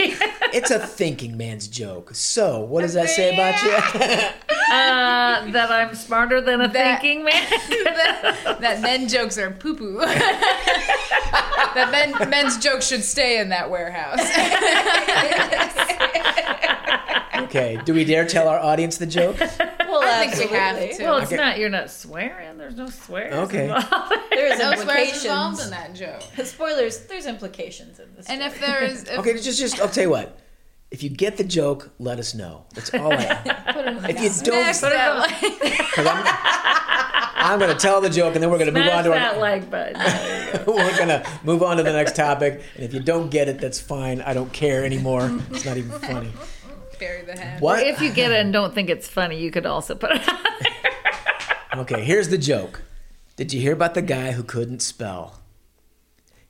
S2: it's a thinking man's joke. So what does that say about you?
S1: uh, that I'm smarter than a
S4: That-
S1: thinking man.
S4: that, that men jokes are poo poo. that men, men's jokes should stay in that warehouse.
S2: okay. Do we dare tell our audience the joke?
S3: Well,
S4: I think we have
S3: absolutely.
S4: to.
S1: well, it's
S2: Okay.
S1: not. You're not swearing. There's no swears.
S2: Okay.
S1: involved.
S3: There's
S4: no swears involved in
S3: implications.
S4: that joke.
S3: Spoilers. There's implications in this.
S4: And if
S3: story.
S4: there is, if,
S2: Okay, just just I'll tell you what. If you get the joke, let us know. That's all I. If you
S4: Smash
S2: don't,
S4: that
S1: Put
S4: like-
S2: because I'm, I'm going to tell the joke, and then we're going to move on
S1: Smash
S2: to
S1: that
S2: our,
S1: like button.
S2: we're going to move on to the next topic. And if you don't get it, that's fine. I don't care anymore. It's not even funny.
S4: bury the head.
S2: What?
S1: if you get it and don't think it's funny, you could also put it on there.
S2: Okay, here's the joke. Did you hear about the guy who couldn't spell?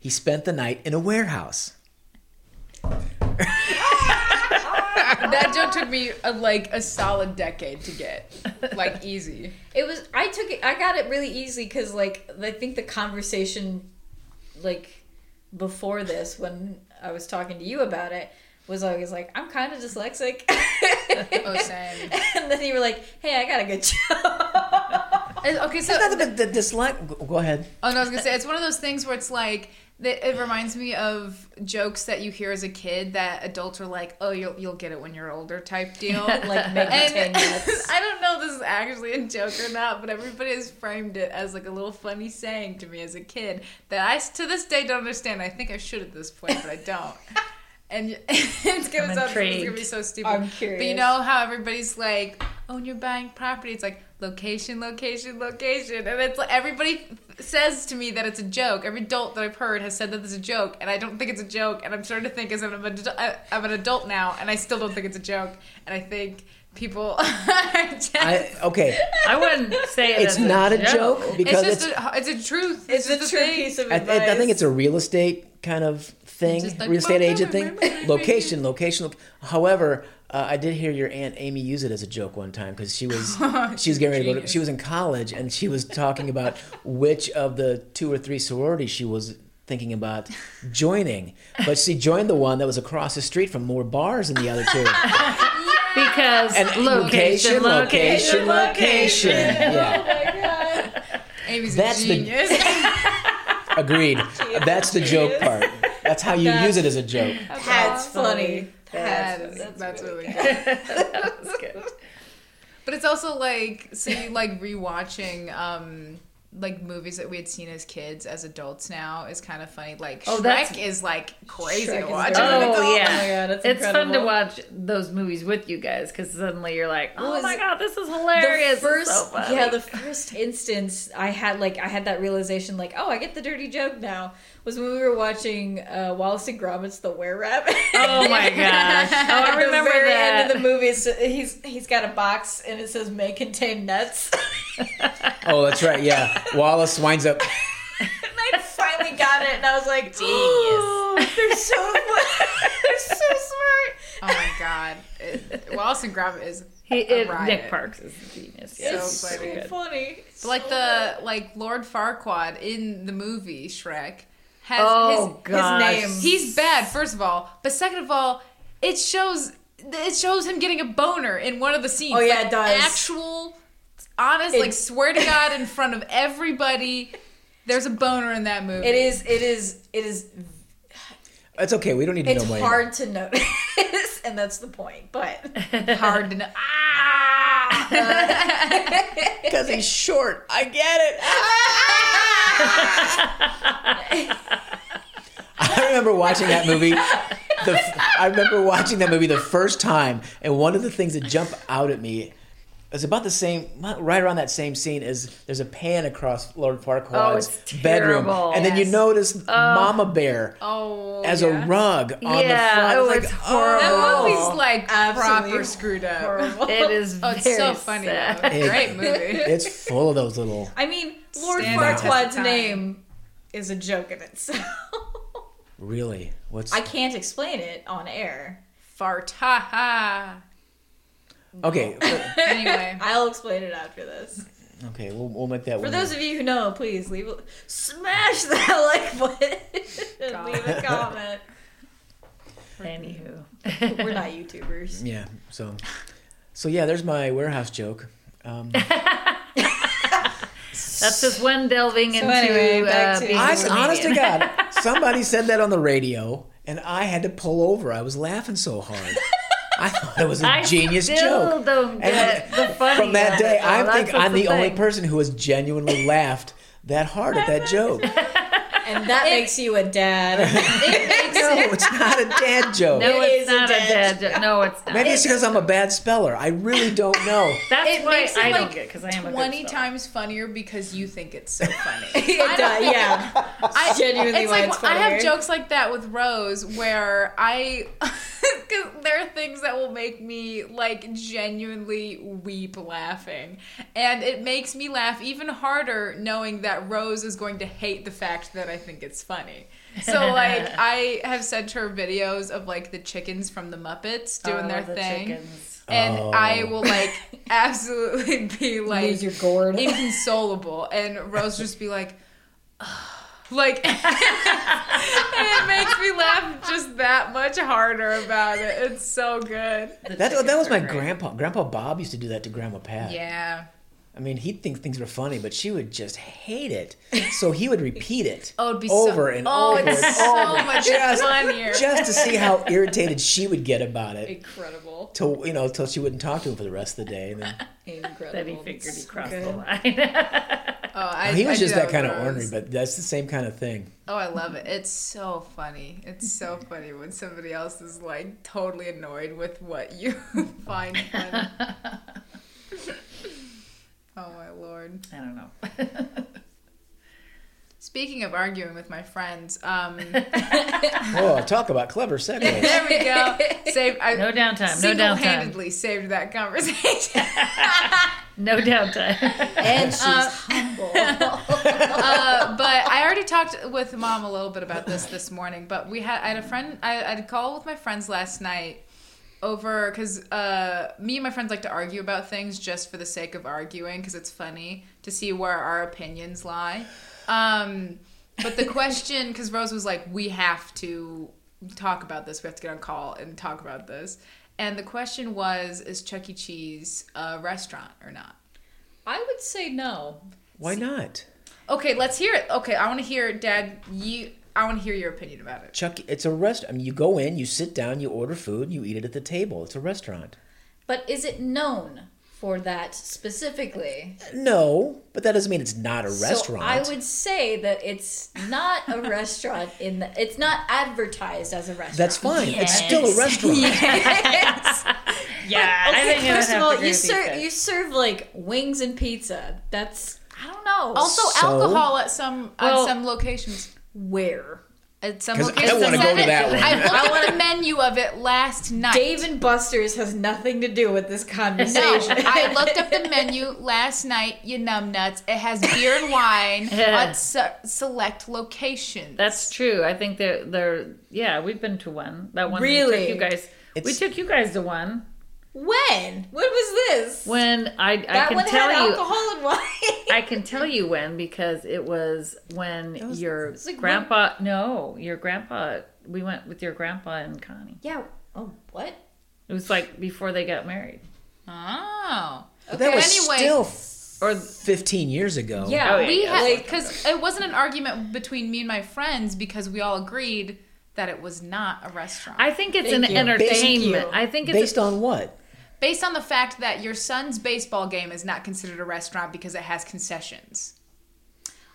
S2: He spent the night in a warehouse.
S4: That joke took me uh like a solid decade to get, like easy.
S3: it was, I took it. I got it really easy because, like, I think the conversation, like, before this, when I was talking to you about it, was always like, "I'm kind of dyslexic,"
S4: Oh, same.
S3: and then you were like, "Hey, I got a good job."
S4: It's- Uh, Okay, so
S2: Not that the, the dislike. go- Go ahead.
S4: Oh no, I was gonna say it's one of those things where it's like that it reminds me of jokes that you hear as a kid that adults are like, oh, you'll you'll get it when you're older type deal.
S3: like, make
S4: And
S3: ten minutes.
S4: I don't know if this is actually a joke or not, but everybody has framed it as like a little funny saying to me as a kid that I s- to this day don't understand. I think I should at this point, but I don't. And y- it's gonna
S1: I'm
S4: sound it's gonna
S1: intrigued.
S4: be so stupid.
S3: I'm
S4: But you
S3: curious.
S4: know how everybody's like, oh, when you're buying property, it's like location, location, location, and it's like everybody says to me that it's a joke. Every adult that I've heard has said that it's a joke, and I don't think it's a joke. And I'm starting to think as I'm, an adu- I- I'm an adult now, and I still don't think it's a joke. And I think people are just.
S2: I, okay,
S1: I wouldn't say it
S2: it's
S1: as
S2: not a joke because
S4: it's
S2: it's.
S4: just a, it's a truth.
S3: It's a
S4: just
S3: true
S4: thing.
S3: piece of
S2: I,
S3: advice.
S2: I think it's a real estate kind of thing,
S4: Just like,
S2: real estate
S4: "Well,
S2: agent
S4: no,
S2: thing.
S4: remember when I
S2: Location, location. Loc- However, uh, I did hear your aunt Amy use it as a joke one time because she was she was getting ready to go. To,
S4: Oh, Genius.
S2: she was in college and she was talking about which of the two or three sororities she was thinking about joining, but she joined the one that was across the street from more bars than the other two.
S1: because
S2: And
S1: location,
S2: location, location.
S1: location,
S2: location. Yeah.
S3: Oh my god.
S4: Amy's
S2: That's
S4: a
S2: the-
S4: genius.
S2: Agreed. That's the joke part. That's how you use it as a joke.
S3: That's funny.
S4: That
S3: That's,
S4: is,
S3: that's,
S4: that's, really good. But it's also like so you like rewatching um like movies that we had seen as kids as adults now is kind of funny. Like
S1: Oh, that's-
S4: Shrek is like crazy
S3: Shrek
S4: to
S3: is
S4: watch.
S3: very-
S4: I'm gonna go-
S1: Oh
S3: Oh
S1: yeah,
S3: my God, that's
S1: it's fun to
S3: incredible.
S1: watch those movies with you guys because suddenly you're like, oh
S3: was
S1: my god, this is
S3: The
S1: hilarious. It's
S3: first,
S1: so funny.
S3: yeah, the first instance I had like I had that realization like, oh, I get the dirty joke now was when we were watching uh, Wallace and Gromit's The Were Rap.
S1: oh my gosh, oh I remember
S3: the very
S1: that.
S3: end of the movie. it's- he's he's got a box and it says may contain nuts. and
S2: Oh, that's right. Yeah. Wallace winds up.
S3: I finally got it, and I was like, genius. they're so they're so smart.
S4: Oh my god. It, Wallace and Gromit is
S1: he, it,
S4: riot.
S1: Nick Parks is the genius. Yeah,
S3: It's
S1: so
S3: so
S4: funny.
S1: good.
S3: funny.
S4: but like the like Lord Farquaad in the movie Shrek has
S1: Oh
S4: his,
S1: gosh,
S3: name.
S4: He's bad, first of all, but second of all, it shows it shows him getting a boner in one of the scenes.
S3: Oh, yeah,
S4: Like,
S3: it does.
S4: Actual, honest,
S3: It-
S4: like swear to God, in front of everybody, there's a boner in that movie.
S3: It is. It is. It is.
S2: It's okay. We don't need to
S3: It's
S2: know more.
S3: hard to notice, and that's the point. But
S4: hard to know. Ah,
S2: Because he's short. I get it. I remember watching that movie. The, f- I remember watching that movie the first time, and one of the things that jumped out at me is about the same, right around that same scene, is there's a pan across Lord Farquaad's
S1: Oh, it's
S2: bedroom,
S1: terrible.
S2: and then you
S3: Yes.
S2: notice Mama Bear
S4: Oh,
S2: as
S4: yeah.
S2: a rug on
S1: Yeah,
S2: the
S1: oh,
S2: front. I was
S1: it's
S2: like, oh,
S1: horrible.
S4: That movie's like
S3: Absolutely
S4: proper screwed up.
S3: Horrible.
S1: It is
S4: Oh, it's
S1: very
S4: so funny.
S1: sad.
S4: Though.
S2: It-
S4: Great movie.
S2: It's full of those little.
S3: I mean, Lord
S4: Stand out.
S3: Farquaad's
S4: Time.
S3: name is a joke in itself.
S2: Really, what's
S3: I can't explain it on air.
S4: Fart. Ha ha.
S2: okay?
S4: Anyway.
S3: I'll explain it after this.
S2: Okay, we'll, we'll make that
S3: For
S2: one.
S3: those of you who know, please leave a, smash that like button. and leave a comment.
S1: Anywho,
S3: We're not YouTubers.
S2: yeah. So, so yeah, there's my warehouse joke. Um,
S1: that's just one delving into
S3: anyway, back
S1: uh,
S3: to-
S1: being
S2: I,
S1: a
S3: He's
S2: honest to
S1: comedian.
S2: God, somebody said that on the radio, and I had to pull over. I was laughing so hard. I thought it was a
S1: I
S2: genius
S1: still
S2: joke.
S1: Don't get
S2: And
S1: the funny
S2: From that
S1: of
S2: day,
S1: it, though.
S2: I
S1: That's
S2: think
S1: what's
S2: I'm the only
S1: thing.
S2: person who has genuinely laughed that hard at that joke.
S3: And that makes you a dad.
S2: No, it's not a dad joke.
S1: No,
S3: It
S1: it's
S3: is a
S1: not a
S3: dad
S1: dad joke. No, it's not.
S2: Maybe it's because I'm a bad speller. I really don't know.
S1: That's
S4: It
S1: why
S4: makes it
S1: I
S4: like
S1: don't get because I am a good
S4: 20
S1: speller.
S4: times funnier because you think it's so funny.
S3: it does, yeah.
S4: I,
S3: Genuinely
S4: it's
S3: why
S4: like
S3: it's
S4: I have
S3: funnier.
S4: jokes like that with Rose where I cuz there are things that will make me like genuinely weep laughing. And it makes me laugh even harder knowing that Rose is going to hate the fact that I think it's funny. So like I have sent her videos of like the chickens from the Muppets
S1: Oh, I
S4: doing their
S1: love the
S4: thing.
S1: chickens.
S4: And
S2: Oh.
S4: I will like absolutely be like
S3: Lose your gourd.
S4: inconsolable and rose just be like like and it makes me laugh just that much harder about it it's so good
S1: The
S2: That, that
S1: chickens
S2: was
S1: are
S2: my
S1: great.
S2: grandpa. Grandpa Bob used to do that to Grandma Pat.
S4: yeah
S2: I mean, he'd think things were funny, but she would just hate it. So he would repeat it
S4: oh it'd be
S2: over
S4: so,
S2: and
S4: oh,
S2: over
S4: it's
S2: and
S4: so
S2: over,
S4: much
S2: Just-
S4: funnier
S2: just to see how irritated she would get about it.
S4: incredible
S2: Till you know, till she wouldn't talk to him for the rest of the day. And then,
S3: Incredible.
S1: That he figured he
S3: It's
S1: crossed
S3: good.
S1: the line.
S4: oh I,
S2: he was
S4: I do
S2: just that kind
S4: with
S2: of
S4: Rose.
S2: ornery, but that's the same kind of thing.
S4: oh i love it it's so funny it's so funny when somebody else is like totally annoyed with what you find funny oh my lord
S1: I don't know.
S4: Speaking of arguing with my friends, um,
S2: Oh, talk about clever segues.
S4: there we go. Saved. I
S1: No downtime. No downtime.
S4: single-handedly saved that conversation.
S1: No downtime.
S3: And she's humble.
S4: uh, but I already talked with mom a little bit about this this morning. But we had I had a friend. I, I had a call with my friends last night over because uh, me and my friends like to argue about things just for the sake of arguing because it's funny to see where our opinions lie. Um, but the question, because Rose was like, we have to talk about this. We have to get on call and talk about this. And the question was, is Chuck E. Cheese a restaurant or not?
S3: I would say no.
S2: Why not?
S4: Okay, let's hear it. Okay, I want to hear, Dad. You, I want to hear your opinion about it.
S2: Chuck, E, it's a restaurant. I mean, you go in, you sit down, you order food, you eat it at the table. It's a restaurant.
S3: But is it known for that specifically?
S2: No, but that doesn't mean it's not a
S3: So
S2: restaurant.
S3: I would say that it's not a restaurant in the it's not advertised as a restaurant.
S2: That's fine. It's still a
S1: Yes.
S2: restaurant.
S3: Yes.
S1: yeah,
S3: Okay,
S1: I think I would
S3: first
S1: have
S3: of
S1: to
S3: all,
S1: agree
S3: you
S1: with
S3: serve
S1: guys.
S3: you serve like wings and pizza. That's I don't know.
S4: Also,
S2: So?
S4: alcohol at some
S1: Well-
S4: at some locations.
S3: where
S4: At some
S2: 'Cause I
S4: locations,
S2: wanna go to that one.
S4: I looked at the menu of it last night.
S3: Dave and Buster's has nothing to do with this
S4: no,
S3: conversation.
S4: I looked up the menu last night. You numb nuts. It has beer and wine
S1: Yeah.
S4: at se- select locations.
S1: That's true. I think they're they're yeah. We've been to one. That one we
S3: Really?
S1: took you guys. we
S2: It's-
S1: took you guys to one
S3: when? When was this?
S1: when I I
S3: that
S1: can
S3: one
S1: tell
S3: had
S1: you
S3: alcohol and wine.
S1: I can tell you when because it was when
S2: was-
S1: your
S3: like
S1: grandpa. no, your grandpa. We went with your grandpa and Connie.
S3: yeah. Oh, what?
S1: It was like before they got married.
S4: oh.
S2: But that was
S4: anyway,
S2: still
S1: Or
S2: 15 years ago.
S3: Yeah,
S1: Oh, yeah,
S4: we
S1: yeah,
S4: had
S3: like-
S4: because it wasn't an argument between me and my friends because we all agreed that it was not a restaurant.
S1: I think it's
S3: Thank
S1: an
S3: you. Thank
S1: entertainment.
S3: you.
S1: I think it's
S2: Based on what?
S4: based on the fact that your son's baseball game is not considered a restaurant because it has concessions.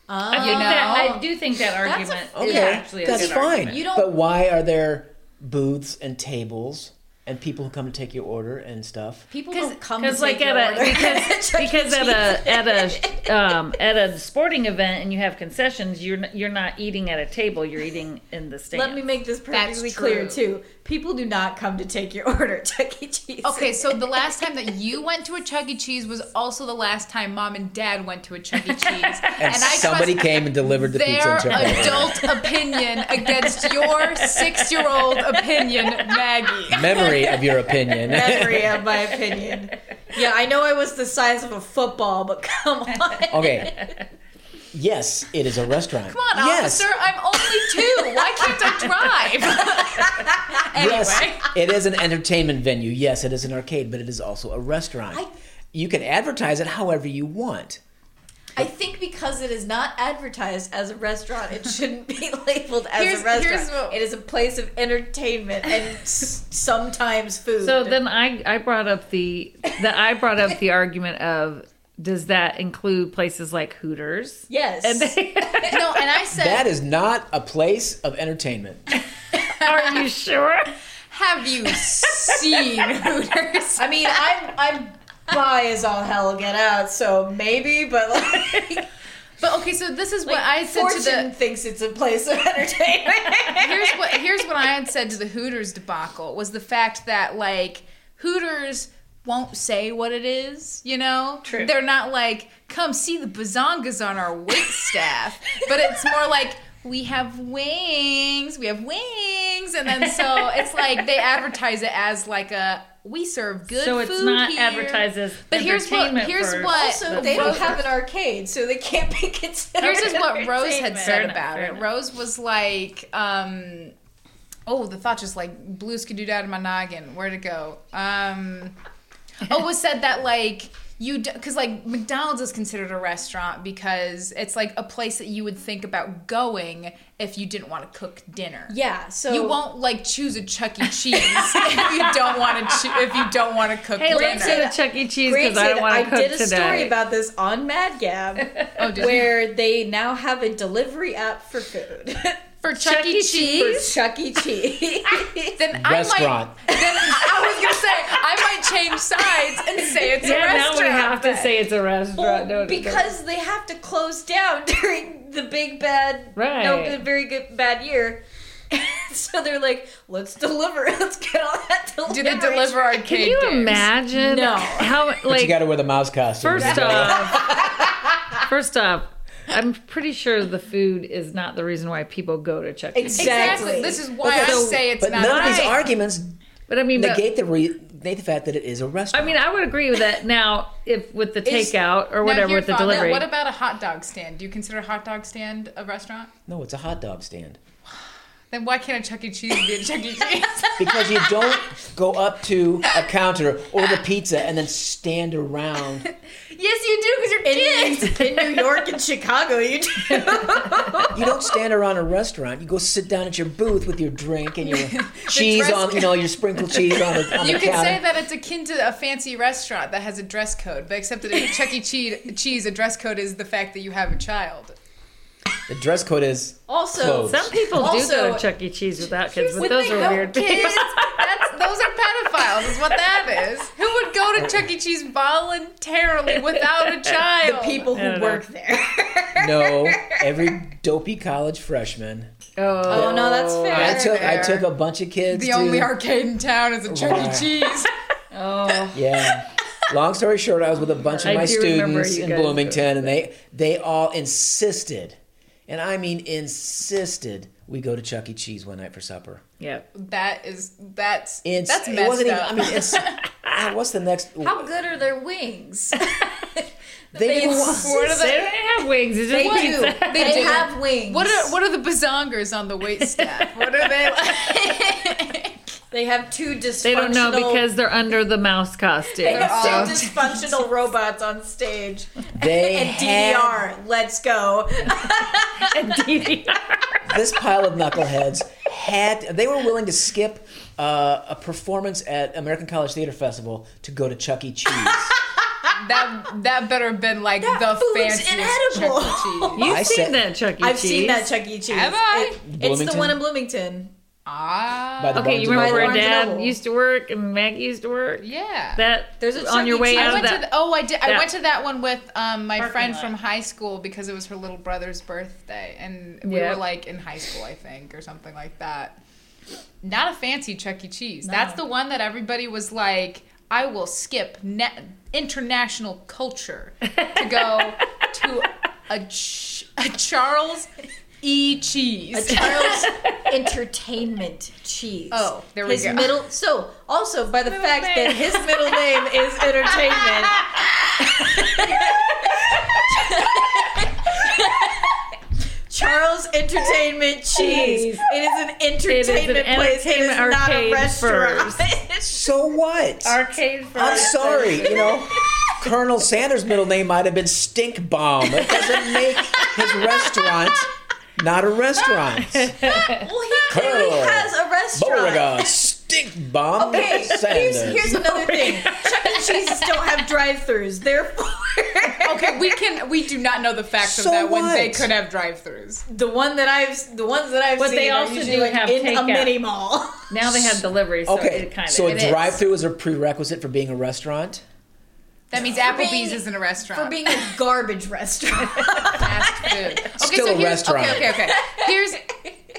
S3: Oh.
S1: I, think that, I do think that
S3: a-
S1: argument is
S2: Okay,
S1: actually a
S2: that's
S1: good
S2: fine.
S1: argument.
S3: You don't-
S2: But why are there booths and tables and people who come to take your order and stuff?
S3: People
S1: Because,
S3: don't come to
S1: like
S3: take your
S1: at a
S3: order.
S1: because,
S3: Chuck E.
S1: because at a at a um, at a sporting event and you have concessions, you're n- you're not eating at a table. You're eating in the stand.
S3: Let me make this
S4: That's
S3: perfectly clear
S4: true.
S3: too. People do not come to take your order at Chuck E. Cheese.
S4: Okay, so the last time that you went to a Chuck E. Cheese was also the last time mom and dad went to a Chuck E. Cheese,
S2: And, somebody came and delivered the pizza
S4: their
S2: and took it.
S4: adult opinion against your six-year-old opinion, Maggie.
S2: Memory of your opinion.
S3: Memory of my opinion. Yeah, I know I was the size of a football, but come on.
S2: okay. Yes, it is a restaurant.
S4: Come on,
S2: yes.
S4: officer, I'm only two. Why can't I drive?
S2: Yes,
S4: anyway.
S2: it is an entertainment venue. Yes, it is an arcade, but it is also a restaurant.
S3: I-
S2: you can advertise it however you want.
S3: I think because it is not advertised as a restaurant, it shouldn't be labeled as
S4: Here's-
S3: a restaurant.
S4: here's what-
S3: It is a place of entertainment and s- sometimes food.
S1: So then I, I brought up the that I brought up the argument of does that include places like Hooters?
S3: yes,
S1: And they,
S4: No, and I said,
S2: That is not a place of entertainment.
S1: are you sure?
S4: "Have you seen Hooters?"
S3: I mean I'm I'm bi as all hell get out, so maybe, but like,
S4: But okay, so this is what I said to
S3: Fortune
S4: the
S3: thinks it's a place of entertainment.
S4: here's what here's what I had said to the Hooters debacle was the fact that like Hooters won't say what it is, you know?
S1: True.
S4: They're not like, come see the bazongas on our wait staff. but it's more like we have wings, we have wings, and then so it's like they advertise it as like a we serve good
S1: so
S4: food.
S1: it's not
S4: here.
S1: advertised as
S4: But here's what-
S1: entertainment
S4: here's
S1: for-
S4: what-
S3: also, they don't have an arcade, so they can't be considered.
S4: Here's just what Rose had
S3: entertainment.
S1: Fair
S4: said
S1: enough,
S4: about
S1: fair
S4: it.
S1: enough.
S4: Rose was like, um, "Oh, the thought just like blew skidoo out of my noggin. Where'd it go?" Um, oh, it was said that like you because like McDonald's is considered a restaurant because it's like a place that you would think about going if you didn't want to cook dinner.
S3: Yeah, so
S4: You won't like choose a Chuck E. Cheese if you don't want to choo- if you don't want to cook
S1: Hey,
S4: dinner.
S1: let's go to Chuck E. Cheese because
S3: Granted,
S1: I don't want to cook
S3: did a
S1: today.
S3: story about this on Mad Gab,
S4: Oh, did you?
S3: where they now have a delivery app for food
S4: for Chuck,
S1: Chuck
S4: E.
S1: E.
S3: for
S4: Cheese,
S3: Chuck E. Cheese.
S4: then I might
S2: Restaurant.
S4: Then I was gonna say I might change sides and say it's a
S1: yeah, now
S4: restaurant.
S1: we have to
S4: then.
S1: say it's a restaurant. No, no, no.
S3: because they have to close down during the big bad, no
S1: Right.
S3: good, very good bad year. so they're like, let's deliver. Let's get all that delivery.
S4: do they deliver arcade?
S1: Can you
S4: games?
S1: imagine
S3: No.
S1: how
S2: But
S1: like
S2: you got to wear the mouse costume.
S1: First off, first off, I'm pretty sure the food is not the reason why people go to Chuck E. Cheese.
S3: Exactly.
S4: Exactly. This is why
S1: Okay,
S4: I
S1: so-
S4: say it's
S2: but
S4: not
S2: none of these
S4: right.
S2: arguments
S1: But I mean, but-
S2: negate the re- negate the fact that it is a restaurant.
S1: I mean, I would agree with that. Now, if with the
S3: Is-
S1: takeout or
S4: Now,
S1: whatever
S4: here,
S1: with the
S4: Fawn, now,
S1: delivery,
S4: What about a hot dog stand? Do you consider a hot dog stand a restaurant?
S2: no, it's a hot dog stand
S4: Then why can't a Chuck E. Cheese be a Chuck E. Cheese?
S2: because you don't go up to a counter, order pizza, and then stand around.
S4: yes, you do because you're kids.
S3: in, in New York and Chicago? You do.
S2: You don't stand around a restaurant. You go sit down at your booth with your drink and your cheese
S4: dress-
S2: on, you know, your sprinkled cheese on the, on
S4: You
S2: the
S4: can
S2: counter.
S4: say that it's akin to a fancy restaurant that has a dress code, but except that in Chuck E. Chee- Cheese, a dress code is the fact that you have a child.
S2: The dress code is
S3: Also,
S2: Clothes.
S1: some people
S3: Also-
S1: do go to Chuck E. Cheese without kids, but
S4: With
S1: those
S4: the
S1: are
S4: no
S1: weird people.
S4: kids, that's, those are pedophiles, is what that is. Who would go to Chuck E. Cheese voluntarily without a
S3: the
S4: child?
S3: people
S1: I
S3: who
S1: don't know.
S3: work there.
S2: no. Every dopey college freshman.
S1: Oh,
S3: Oh no, that's fair.
S2: I took I
S4: Fair.
S2: took a bunch of kids.
S4: The
S2: to-
S4: only arcade in town is a Chuck
S2: Wow.
S4: E. Cheese.
S3: Oh,
S2: Yeah. Long story short, I was with a bunch of
S1: I
S2: my
S1: do remember
S2: students
S1: you
S2: in
S1: guys
S2: Bloomington, and they they all insisted, and I mean insisted, we go to Chuck E. Cheese one night for supper.
S1: yeah.
S4: That is that's
S2: It's,
S4: that's messed
S2: it wasn't
S4: up.
S2: even. I mean, it's, ah, what's the next?
S3: how good are their wings?
S2: they
S3: they
S2: didn't
S3: insist-
S2: want,
S4: what are
S1: They
S4: the,
S1: don't have wings. It's just
S3: They do.
S1: pizza.
S3: They,
S4: do.
S3: have wings.
S4: what are what are the bazongers on the wait staff? What are they? Like?
S3: They have two dysfunctional.
S1: They don't know because they're under the mouse
S3: they
S1: costume.
S4: They're
S3: have two
S4: all-
S3: dysfunctional robots on stage.
S2: they
S3: and E
S1: E.
S2: had-
S3: DDR, let's go.
S1: DDR.
S2: this pile of knuckleheads had they were willing to skip uh, a performance at American College Theater Festival to go to Chuck E. Cheese.
S4: That that better have been like
S3: That
S4: the
S3: food's
S4: fanciest
S3: inedible.
S4: Chuck E. Cheese.
S1: You've
S2: I
S1: seen
S2: said-
S1: that Chuck E.
S3: I've
S1: Cheese.
S3: seen that Chuck E. Cheese.
S4: Have I?
S3: It- it's the
S2: Bloomington?
S3: one in Bloomington.
S4: Ah,
S2: By the
S1: Okay,
S2: Barnes
S1: you
S2: and
S1: remember where
S3: Noble. Barnes and
S1: Dad
S3: Noble.
S1: used to work and Maggie used to work?
S4: yeah.
S1: That
S3: There's a
S1: on your
S3: Chuck E.
S1: way
S3: Cheese.
S1: out
S4: I
S1: of
S4: went
S1: that.
S4: to the, oh I did I
S1: that-
S4: went to that one with um, my
S3: Parking
S4: friend
S3: lot.
S4: from high school because it was her little brother's birthday and we
S1: Yeah.
S4: were like in high school I think or something like that. Not a fancy Chuck E. Cheese.
S3: No.
S4: That's the one that everybody was like, I will skip na international culture to go to a, ch- a Charles E.
S3: A
S4: Cheese.
S3: Charles Entertainment Cheese.
S4: Oh, there we
S3: his
S4: go.
S3: middle. So also by the fact
S4: name.
S3: that his middle name is Entertainment. Charles Entertainment Cheese. It is an
S1: is an
S3: entertainment
S1: entertainment
S3: place. it is not a
S1: arcade
S3: restaurant.
S2: So what?
S1: Arcade for
S2: I'm sorry, you know. Colonel Sanders' middle name might have been Stink Bomb. It doesn't make his restaurant not a restaurant.
S3: well, he clearly
S2: Colonel
S3: has a restaurant.
S2: Beauregard Stink Bomb
S3: Okay, here's,
S2: Sanders.
S3: here's another thing. Chuck E. Cheese's don't have drive-throughs, therefore.
S4: okay, we can we do not know the facts
S2: So
S4: of that one. They
S2: what?
S4: could have drive-throughs.
S3: The one that I've, the ones that I've
S1: But
S3: seen
S1: they
S3: are
S1: also
S3: usually,
S1: do
S3: like,
S1: have
S3: in a
S1: takeout.
S3: mini mall.
S1: Now they have delivery, so
S2: okay,
S1: it kind of
S2: so
S1: it
S2: a
S1: is.
S2: drive-through is a prerequisite for being a restaurant.
S4: That means Applebee's
S3: being-
S4: isn't a restaurant.
S3: For being a garbage restaurant.
S4: fast food. Okay,
S2: Still a
S4: here's,
S2: restaurant.
S4: Okay, okay, okay. Here's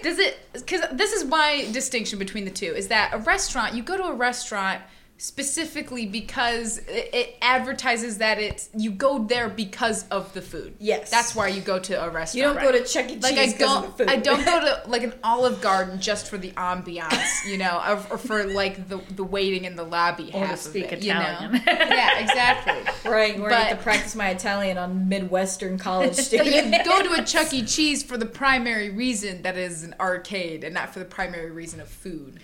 S4: does it because this is my distinction between the two is that a restaurant you go to a restaurant specifically because it, it advertises that it's you go there because of the food.
S3: Yes.
S4: that's why you go to a restaurant.
S3: You don't go to Chuck E. Cheese
S4: like I
S3: because of
S4: don't,
S3: the food.
S4: I don't go to like an Olive Garden just for the ambiance, you know, or, or for like the the waiting in the lobby
S1: Or to
S4: half
S1: speak
S4: of it,
S1: Italian.
S4: you know. yeah, exactly.
S3: Right, where I get
S4: But-
S3: to practice my Italian on Midwestern college
S4: But
S3: students.
S4: you go to a Chuck E. Cheese for the primary reason that it is an arcade and not for the primary reason of food.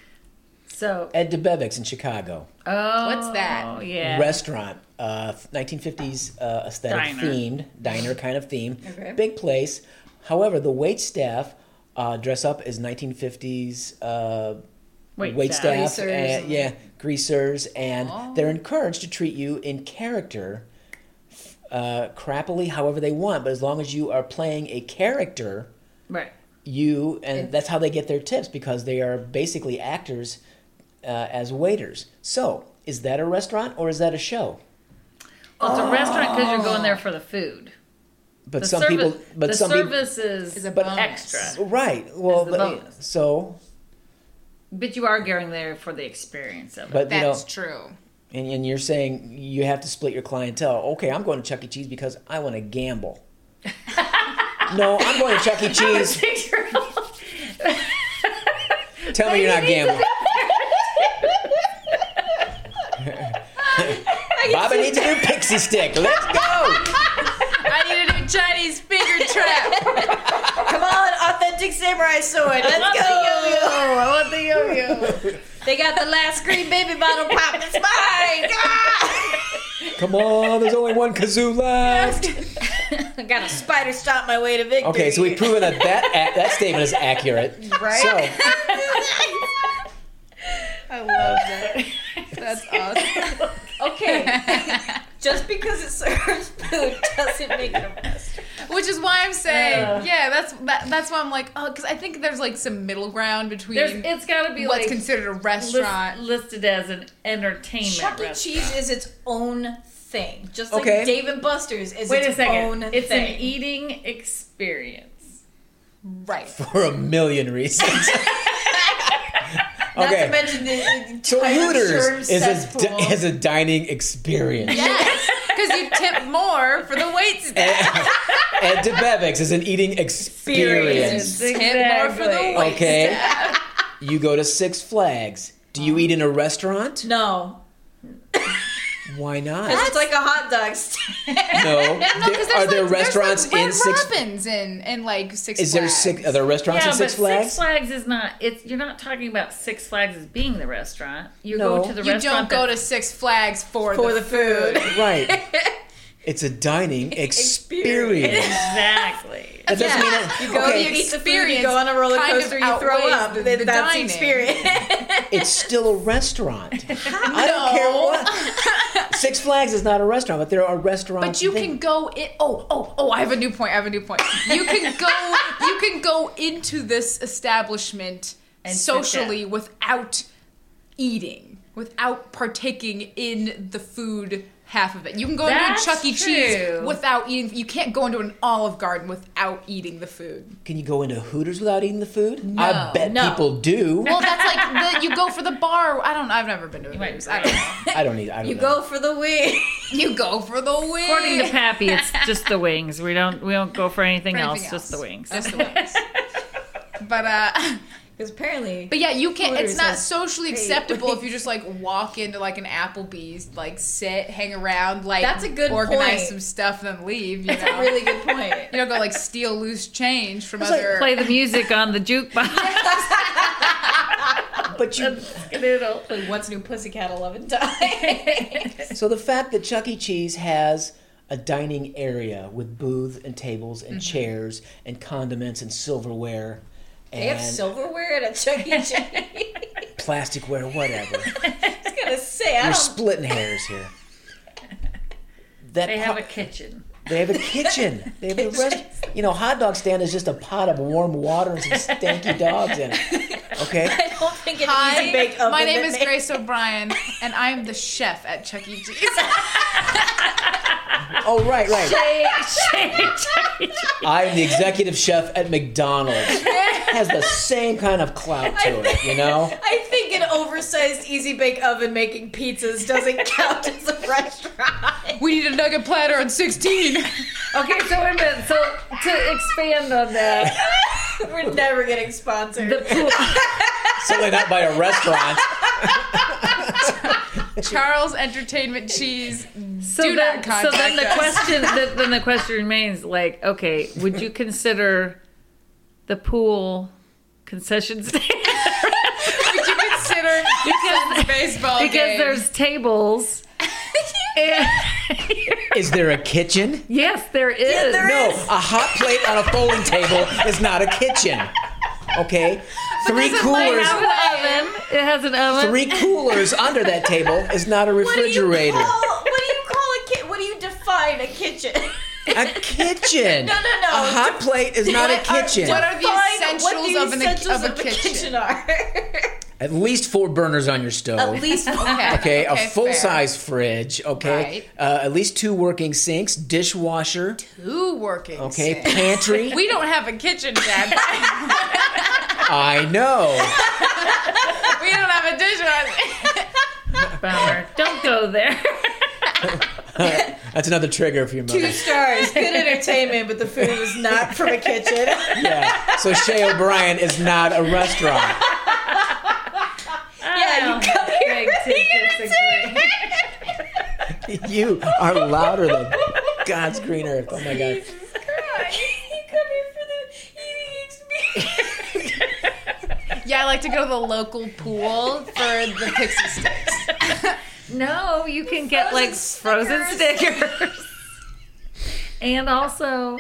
S1: So
S2: Ed DeBevick's in Chicago.
S1: oh,
S4: What's that?
S1: Yeah,
S2: Restaurant, uh, 1950s uh, aesthetic
S1: Diner.
S2: themed, diner kind of theme.
S3: Okay.
S2: Big place. However, the wait staff uh, dress up as 1950s uh,
S1: Wait,
S2: wait
S1: staff.
S2: staff,
S3: Greasers
S2: and,
S3: and-
S2: yeah, greasers, and
S4: Oh.
S2: they're encouraged to treat you in character, uh, crappily, however they want. But as long as you are playing a character,
S1: Right.
S2: you and that's how they get their tips because they are basically actors uh, as waiters. So, is that a restaurant or is that a show?
S1: Well, it's a restaurant because you're going there for the food.
S2: But
S1: The
S2: some
S1: service,
S2: people, but
S1: the
S2: some
S1: service is,
S4: Is a
S2: but-
S4: bonus.
S1: extra,
S2: people, right? Well,
S1: the
S2: but-
S1: bonus.
S2: so,
S1: but you are going there for the experience of it.
S2: but you know,
S4: That's true.
S2: and, and you're saying you have to split your clientele. Okay, I'm going to Chuck E. Cheese because I want to gamble. no, I'm going to Chuck E. Cheese. Tell me you're not gambling. Bobby needs a new pixie stick. Let's go.
S4: I need a new Chinese finger trap.
S3: Come on, authentic samurai sword. Let's go.
S1: I want the yo-yo.
S3: They got the last green baby bottle pop. It's mine.
S2: Come on, there's only one kazoo left.
S3: I got a spider stomp my way to victory.
S2: Okay, so we've proven that that, ac- that statement is accurate.
S4: Right?
S2: So,
S4: I love that. That's awesome.
S3: okay. Just because it serves food doesn't make it a restaurant.
S4: Which is why I'm saying, yeah, that's that, that's why I'm like, oh, because I think there's like some middle ground between
S1: There's, it's got to be
S4: what's
S1: like
S4: considered a
S1: lis-
S4: restaurant.
S1: listed as an entertainment
S3: Chuck E.
S1: restaurant.
S3: Cheese is its own thing, just like
S2: Okay.
S3: Dave and Buster's is
S1: Wait
S3: its
S1: a
S3: own
S1: second. It's
S3: thing.
S1: an eating experience.
S4: right.
S2: for a million reasons.
S3: Not
S2: Okay.
S3: to mention the, the
S2: So, Hooters is a,
S3: cesspool.
S2: di- is a dining experience.
S4: Yes. Because you tip more for the wait's
S2: And DeBevick's is an eating experience.
S4: Tip more for the
S1: Exactly.
S4: wait's
S2: Okay? You go to Six Flags. Do you eat in a restaurant?
S3: no.
S2: Why not?
S3: It's like a hot dog stand.
S2: No.
S4: No,
S2: There-
S4: 'cause there's
S2: are there
S4: like- there's, like,
S2: restaurants in
S4: Red
S2: Six
S4: Robins in in like Six
S2: Is there
S4: Flags.
S2: six? Are there restaurants
S1: Yeah,
S2: in Six
S1: but
S2: Flags?
S1: Six Flags is not. It's you're not talking about Six Flags as being the restaurant. You
S2: No.
S1: go to the
S4: you don't
S1: restaurant.
S4: go
S1: that-
S4: to Six Flags for,
S3: for
S4: the,
S3: the food.
S2: Right. It's a dining experience.
S1: Exactly.
S2: That doesn't mean it-
S3: You go,
S2: okay,
S3: you eat the food, you
S4: experience
S3: go on a roller
S4: kind of
S3: coaster, you throw
S4: outweighs
S3: up.
S4: the-
S3: That-
S4: the
S3: that's
S4: dining.
S3: experience.
S2: it's still a restaurant. I don't care what. Six Flags is not a restaurant, but there are restaurants.
S4: But you
S2: there.
S4: can go in. Oh, oh, oh! I have a new point. I have a new point. You can go. you can go into this establishment
S1: And sit
S4: socially without eating, without partaking in the food half of it. You can go
S1: That's
S4: into a Chuck E. Cheese
S1: true.
S4: without eating. You can't go into an Olive Garden without eating the food.
S2: Can you go into Hooters without eating the food? I bet
S4: no.
S2: people do.
S4: Well, that's like the, you go for the bar. I don't. I've never been to a
S1: might
S4: Hooters.
S1: be
S4: I don't know.
S2: I don't need. I don't
S3: You
S2: know.
S3: go for the win.
S4: You go for the win.
S1: According to Pappy, it's just the wings. We don't we don't go for anything,
S4: For
S1: else,
S4: anything
S1: Just the
S4: else.
S1: wings.
S4: Just the wings. But uh.
S3: Because apparently,
S4: But yeah, you can't.
S3: Hooters
S4: It's not
S3: is
S4: socially
S3: great.
S4: acceptable if you just like walk into like an Applebee's, like sit, hang around, like
S3: That's a good
S4: organize
S3: point.
S4: some stuff, and then leave. You
S3: that's
S4: know,
S3: a really good point.
S4: you don't go like steal loose change from
S2: It's like
S4: other.
S1: Play the music on the jukebox.
S2: But you.
S1: Noodle.
S3: Like, What's new pussycat 11 times?
S2: So the fact that Chuck E. Cheese has a dining area with booths and tables and chairs and condiments and silverware and
S3: they have silverware at a Chuck E. Cheese. I
S2: plasticware, whatever.
S3: was gonna say, I
S2: We're
S3: don't.
S2: splitting hairs here. That
S1: They have
S2: po-
S1: a kitchen.
S2: they have a kitchen. They have a rest. You know, hot dog stand is just a pot of warm water and some stanky dogs in it. Okay.
S3: I don't think an easy bake
S4: Hi,
S3: oven.
S4: my name
S3: that
S4: is
S3: makes-
S4: Grace O'Brien, and I'm the chef at Chuck E. Cheese.
S2: Oh right, right.
S1: Chuck E. Cheese.
S2: I'm the executive chef at McDonald's. Has the same kind of clout to it, you know?
S3: I think an oversized easy bake oven making pizzas doesn't count as a restaurant.
S4: we need a nugget platter on 16.
S1: Okay, so wait a minute. So to expand on that,
S3: We're never getting sponsored.
S1: the pool.
S2: Certainly not by a restaurant.
S4: Charles Entertainment Cheese.
S1: So
S4: Do
S1: then,
S4: not
S1: So then the
S4: contact us.
S1: question the, then the question remains like, okay, would you consider the pool concession stand?
S4: Would you consider
S1: because
S4: baseball
S1: because
S4: game?
S1: there's tables. And-
S2: Is there a kitchen?
S1: yes, there is.
S3: there
S2: No, a hot plate on a folding table is not a kitchen. Okay? Three
S1: It
S2: coolers
S1: has an oven. It has an oven.
S2: three coolers under that table is not a
S3: what do you
S2: refrigerator.
S3: call? What do you call a kit? What do you define a kitchen?
S2: A kitchen.
S3: No, no, no.
S2: A hot plate is not a
S4: What are-
S2: kitchen.
S4: what are the
S3: Define what
S4: essentials
S3: the
S4: of an
S3: essentials
S4: of a kitchen?
S3: are.
S2: At least four burners on your stove.
S3: At least
S2: Okay, a full
S4: fair.
S2: size fridge. Okay,
S4: Right.
S2: uh, at least two working sinks, dishwasher.
S4: Who working?
S2: Okay,
S4: since?
S2: pantry.
S4: we don't have a kitchen, Dad.
S2: I know.
S4: we don't have a dishwasher.
S1: Bummer. Don't go there.
S2: That's another trigger for your
S3: two
S2: mother.
S3: stars. Good entertainment, but the food was not from a kitchen.
S2: Yeah. So Shay O'Brien is not a restaurant.
S3: yeah, you come here.
S1: Beg to disagree.
S2: You are louder than God's green earth. Oh my God.
S3: Jesus Christ. You come here for the eating experience.
S4: yeah, I like to go to the local pool for the pixie sticks.
S1: No, you can get
S3: Frozen
S1: like frozen stickers. and also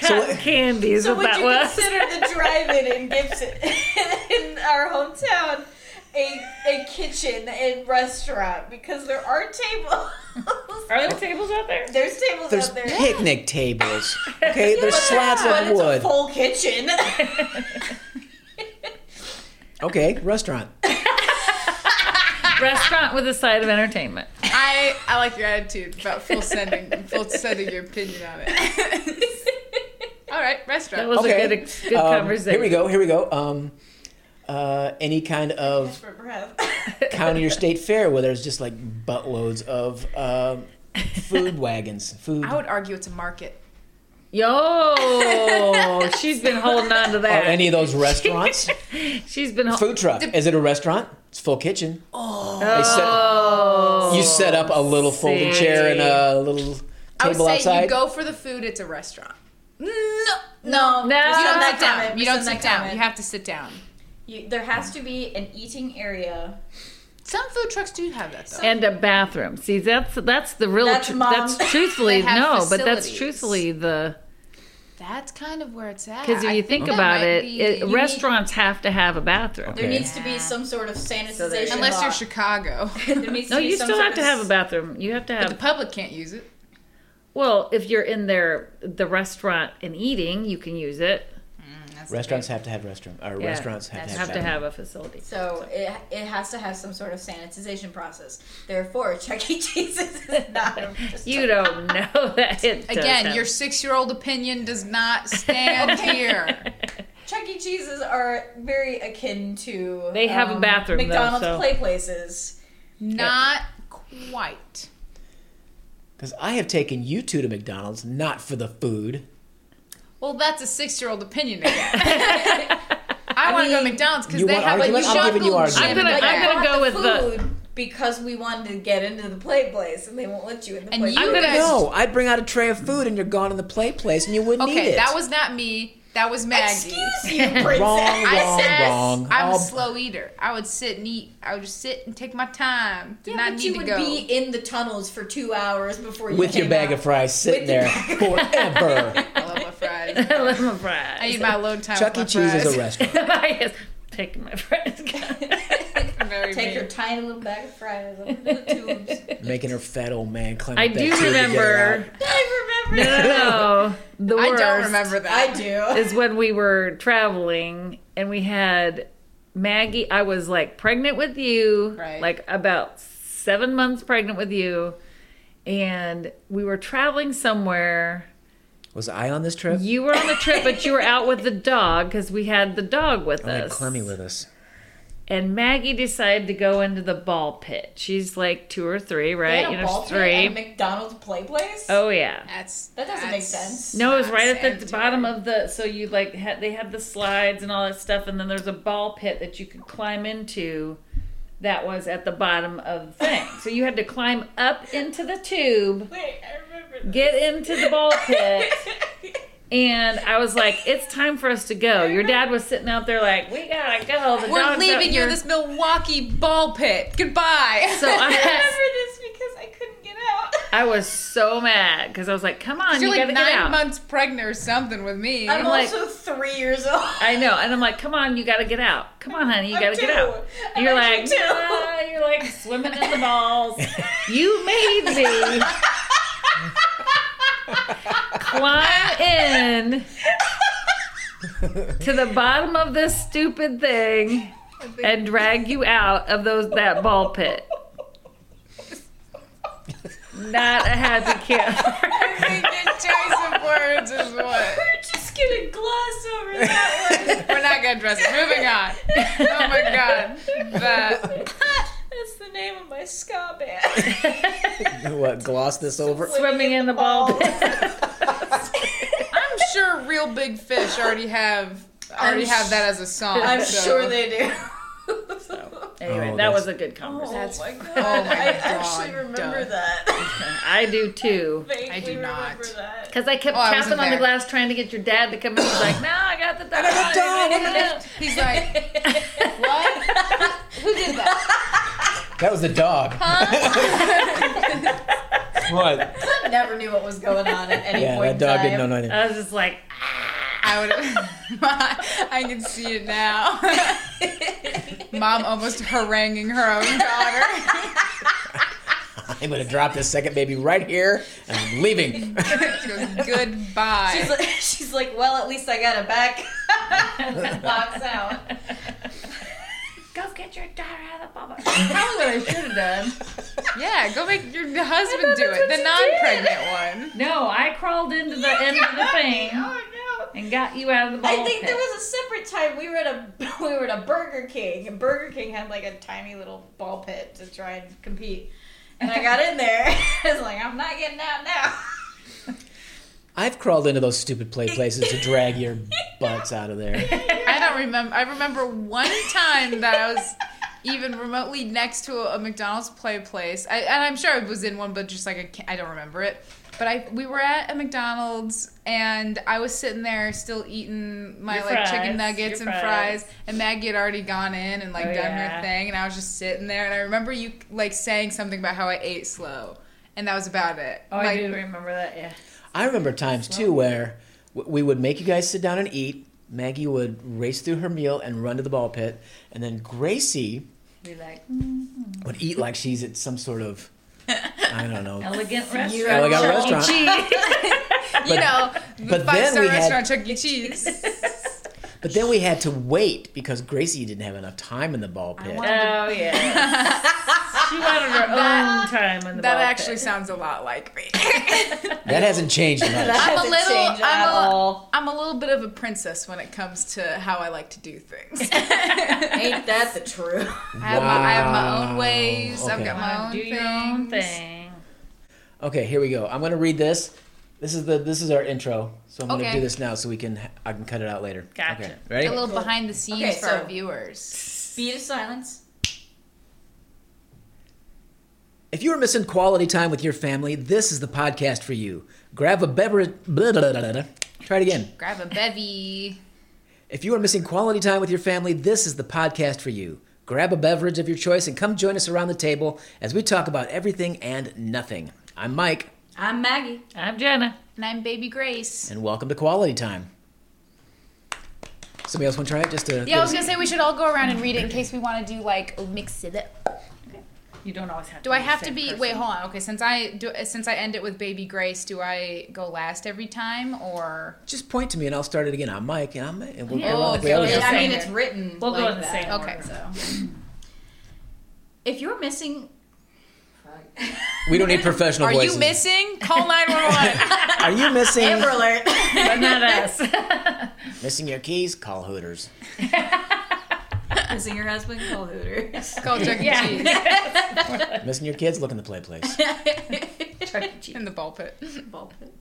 S1: cotton candy is
S3: So
S1: what
S3: would
S1: that
S3: you
S1: was.
S3: consider the drive-in in Gibson, in our hometown, a a kitchen and restaurant because there are tables.
S1: Are there tables out there?
S3: There's tables
S2: There's
S3: out there.
S2: picnic tables. Okay, there's
S3: But
S2: slats
S3: but
S2: of
S3: it's
S2: wood.
S3: a full kitchen.
S2: Okay, restaurant.
S1: Restaurant with a side of entertainment.
S4: I I like your attitude about full sending full sending your opinion on it. All right, restaurant.
S1: That was
S2: Okay.
S1: a good, good
S2: Um,
S1: conversation.
S2: Here we go. Here we go. Um, uh, any kind of
S3: For breath.
S2: county or state fair where there's just like buttloads of um food wagons. Food. uh,
S4: I would argue it's a market.
S1: Yo, she's been holding on to
S2: Or
S1: that.
S2: Oh, any of those restaurants.
S1: she's been. Ho-
S2: food truck. Is it a restaurant? It's full kitchen. They set,
S1: oh,
S2: you set up a little folding
S1: see.
S2: chair and a little
S4: I would
S2: table
S4: say
S2: outside.
S4: you go for the food. It's a restaurant.
S3: No,
S1: No.
S3: no,
S4: You
S1: Rescind
S4: don't
S1: that
S4: sit down.
S3: comment.
S4: You don't
S3: Rescind
S4: sit
S3: that
S4: down.
S3: comment.
S4: You have to sit down.
S3: You, there has to be an eating area.
S4: Some food trucks do have that though.
S1: and a bathroom. See, that's that's the real.
S3: That's
S1: That's,
S3: mom.
S1: that's truthfully
S4: They have
S1: no, but that's
S4: facilities.
S1: truthfully the
S4: That's kind of where it's at.
S1: because if
S4: I
S1: you think
S4: that
S1: about
S4: might
S1: it,
S4: be-
S1: it-
S4: you need-
S1: restaurants have to have a bathroom.
S2: Okay.
S3: There needs to
S4: Yeah.
S3: be some sort of sanitization.
S1: there's-
S4: unless
S3: law.
S4: you're Chicago,
S3: There needs to
S1: No,
S3: be
S1: you
S3: some
S1: still
S3: sort
S1: have to
S3: of
S1: have a bathroom. You have to
S4: but the
S1: have.
S4: public can't use it.
S1: Well, if you're in there, the restaurant and eating, you can use it.
S4: That's the
S2: Restaurants have to have restroom. Or
S1: Yeah.
S2: restaurants have to have,
S1: have to
S2: bathroom.
S1: have a facility.
S3: So it, it has to have some sort of sanitization process. Therefore, Chuck E. Cheese is not. I'm just
S1: You don't know that it does
S4: thing. Again,
S1: have-
S4: your six-year-old opinion does not stand here.
S3: Chuck E. Cheese's are very akin to um,
S1: They have a bathroom, though,
S3: McDonald's
S1: so-
S3: play places.
S4: Not quite.
S2: Because I have taken you two to McDonald's, not for the food.
S4: Well, that's a six-year-old opinion again. I want to go to
S3: mean,
S4: McDonald's because
S2: you
S4: they
S2: want
S4: have like
S2: argument? I'm
S4: jungle
S2: giving you argument.
S1: I'm
S4: gym
S1: gonna-
S4: in
S3: But
S4: the
S1: I'm
S4: back.
S1: gonna go
S3: you
S1: with
S3: bought
S1: the-
S3: food because we wanted to get into the play place, and they won't let you in the
S4: And
S3: play
S4: you
S3: place.
S4: guys-
S2: No, I'd bring out a tray of food and you're gone in the play place and you wouldn't eat
S4: Okay,
S2: it.
S4: that was not me. That was Maggie.
S3: Excuse you,
S2: wrong,
S3: princess.
S2: wrong,
S4: said
S2: wrong.
S4: I'm
S2: All-
S4: a slow eater. I would sit and eat. I would just sit and take my time. Did
S3: Yeah,
S4: not
S3: but
S4: need
S3: you
S4: to
S3: would
S4: go.
S3: be in the tunnels for two hours before you
S2: with your
S3: came
S2: bag
S3: out.
S2: of fries sitting
S3: With your
S2: there forever.
S4: I love my fries.
S1: I love my
S4: I eat
S1: fries.
S4: my alone time.
S2: Chuck E.
S4: with
S2: Cheese
S4: my
S2: is
S4: fries.
S2: a restaurant.
S1: Yes, Take my fries.
S4: Very
S3: Take
S4: mean.
S3: your tiny little bag of fries up into the tubes.
S2: Making her fat old man climb.
S1: I
S2: up that
S1: do
S2: tree to get her out.
S1: remember.
S3: I
S1: No,
S3: remember.
S1: no, no. The
S4: I
S1: worst.
S4: don't remember
S3: I
S4: that.
S3: do.
S1: is when we were traveling and we had Maggie. I was like pregnant with you,
S4: Right.
S1: like about seven months pregnant with you, and we were traveling somewhere.
S2: Was I on this trip?
S1: You were on a trip, but you were out with the dog because we had the dog with
S2: I had
S1: us.
S2: Oh, Clemmy with us.
S1: and Maggie decided to go into the ball pit. She's like two or three,
S3: They
S1: right?
S3: had a
S1: You know,
S3: ball
S1: she's
S3: pit at a McDonald's play place.
S1: Oh yeah.
S4: That's
S3: That doesn't make
S4: that's
S3: sense.
S1: No, it was
S4: not
S1: right at the
S4: sanitary.
S1: bottom of the. So you like had they had the slides and all that stuff, and then there's a ball pit that you could climb into. That was at the bottom of the thing. So you had to climb up into the tube,
S3: Wait, I remember.
S1: get into the ball pit,
S3: that.
S1: and I was like, "It's time for us to go." Your dad was sitting out there like, "We gotta go." The
S4: We're
S1: dog's out
S4: leaving you
S1: here."
S4: in this Milwaukee ball pit. Goodbye.
S1: So I,
S3: this because I couldn't get out.
S1: I was so mad because I was like, "Come on, you
S4: you're like
S1: gotta get out."
S4: nine months pregnant or something with me.
S3: I'm
S1: like-
S3: also three years old.
S1: I know, and I'm like, "Come on, you gotta get out! Come on, honey, you
S3: I'm
S1: gotta get
S3: two.
S1: out!"
S3: I'm
S1: You're
S3: actually
S1: like,
S3: two.
S1: "Ah," you're like swimming in the balls. You made me climb in to the bottom of this stupid thing and drag you out of those that ball pit. Not a happy camper.
S4: Your choice of words is what.
S3: We're just gonna gloss over that one.
S4: We're not gonna dress it. Moving on. Oh my god. That
S3: That's the name of my ska band.
S2: what? Gloss this over.
S1: Swimming in the ball pit.
S4: I'm sure real big fish already have already
S3: I'm
S4: have that as a song.
S3: I'm
S4: so-
S3: sure they do.
S1: Anyway, that
S2: Oh, that's-
S1: was a good conversation.
S3: oh my god!
S4: oh my
S3: I actually
S4: God,
S3: remember
S4: duh.
S3: that.
S1: I do too.
S3: I
S4: do not.
S3: Remember that.
S1: Because I kept
S4: Oh, I wasn't
S1: tapping on the
S4: there.
S1: glass trying to get your dad to come in. He's like, no, I got the dog. I
S2: got the dog, I
S1: got
S4: He's like, what? Who did that?
S2: That was the dog. what?
S3: I never knew what was going on at any
S2: Yeah, that
S3: point.
S2: dog
S3: in
S2: didn't
S3: time.
S2: know nothing.
S1: I was just like,
S4: I would. I can see it now. Mom almost haranguing her own daughter.
S2: I'm gonna drop this second baby right here, and I'm leaving.
S4: She goes, Goodbye.
S3: She's like, she's like, well, at least I got it back. And Walks out.
S1: go get your daughter out of the bubble.
S3: Probably what I should have done.
S4: yeah, go make your husband do
S3: that's what
S4: it. The
S3: you
S4: non-pregnant one.
S1: no, I crawled into the end of the thing
S3: Oh no.
S1: and got you out of the ball
S3: I think
S1: pit.
S3: there was a separate time we were at a we were at a Burger King and Burger King had like a tiny little ball pit to try and compete. And I got in there. I was like, I'm not getting out now.
S2: I've crawled into those stupid play places to drag your butts out of there.
S4: I don't remember. I remember one time that I was even remotely next to a, a McDonald's play place. I, and I'm sure I was in one, but just like I can't, I don't remember it. But I we were at a McDonald's and I was sitting there still eating my
S1: Your
S4: like
S1: fries,
S4: chicken nuggets
S1: your
S4: and
S1: fries.
S4: fries. and Maggie had already gone in and like
S1: Oh,
S4: done
S1: yeah.
S4: her thing and I was just sitting there and I remember you like saying something about how I ate slow and that was about it.
S1: Oh, I
S4: like,
S1: do remember that. Yeah.
S2: I remember times too where w- we would make you guys sit down and eat. Maggie would race through her meal and run to the ball pit, and then Gracie
S1: Be like
S2: would eat like she's at some sort of I don't know.
S1: elegant restaurant.
S2: Elegant restaurant.
S4: you know,
S2: but
S4: the
S2: then
S4: five star
S2: we had-
S4: restaurant Chuck E. Cheese.
S2: But then we had to wait because Gracie didn't have enough time in the ball pit.
S4: want-
S1: Oh yeah. she wanted her own time in the
S4: That
S1: ball
S4: actually
S1: pit.
S4: sounds a lot like me.
S2: That hasn't changed much.
S4: I'm a
S3: Hasn't
S4: little-
S3: changed
S4: I'm
S3: at
S4: a-
S3: all.
S4: I'm a little bit of a princess when it comes to how I like to do things.
S3: Ain't that the truth?
S4: I, have my, I have my own
S2: Wow.
S4: ways. I've
S2: Okay.
S4: got my own
S1: do
S4: things.
S1: your own thing.
S2: Okay, here we go. I'm gonna read this. This is the this is our intro, so I'm gonna
S4: Okay.
S2: do this now so we can I can cut it out later.
S1: Gotcha.
S2: Okay, ready?
S4: A little behind the scenes
S3: Okay,
S4: for
S3: so-
S4: our viewers.
S3: Beat of silence.
S2: If you are missing quality time with your family, this is the podcast for you. Grab a beverage. Blah, blah, blah, blah, blah. Try it again.
S4: Grab a bevy.
S2: If you are missing quality time with your family, this is the podcast for you. Grab a beverage of your choice and come join us around the table as we talk about everything and nothing. I'm Mike,
S3: I'm Maggie.
S1: I'm Jenna.
S4: And I'm Baby Grace.
S2: and welcome to Quality Time. Somebody else want to try it? Just to
S4: Yeah, I was gonna say we should all go around and read it in case we want to do like mix it up.
S1: You don't always have.
S4: Do
S1: to
S4: I
S1: be the
S4: have to
S1: same
S4: be?
S1: person.
S4: Wait, hold on. Okay, since I do, since I end it with Baby Grace, do I go last every time or?
S2: just point to me and I'll start it again. I'm Mike, and I'm and we'll,
S1: Yeah.
S2: we'll-
S4: Oh,
S2: we always
S1: okay.
S2: just-
S3: I mean,
S1: same.
S3: it's written.
S1: We'll go
S3: like
S1: in the
S3: that.
S1: same
S4: Okay,
S1: order.
S4: so
S3: If you're missing,
S2: we don't need professional
S4: are
S2: voices.
S4: you missing? Call nine one one.
S2: Are you missing?
S3: Amber Alert.
S1: but not us.
S2: Missing your keys? Call Hooters.
S3: missing your husband, call Hooters.
S4: Call Chuck E.
S1: Yeah.
S4: Cheese
S2: Missing your kids? Look in the play place.
S1: Chuck E. Cheese.
S4: in the ball pit.
S3: Ball pit.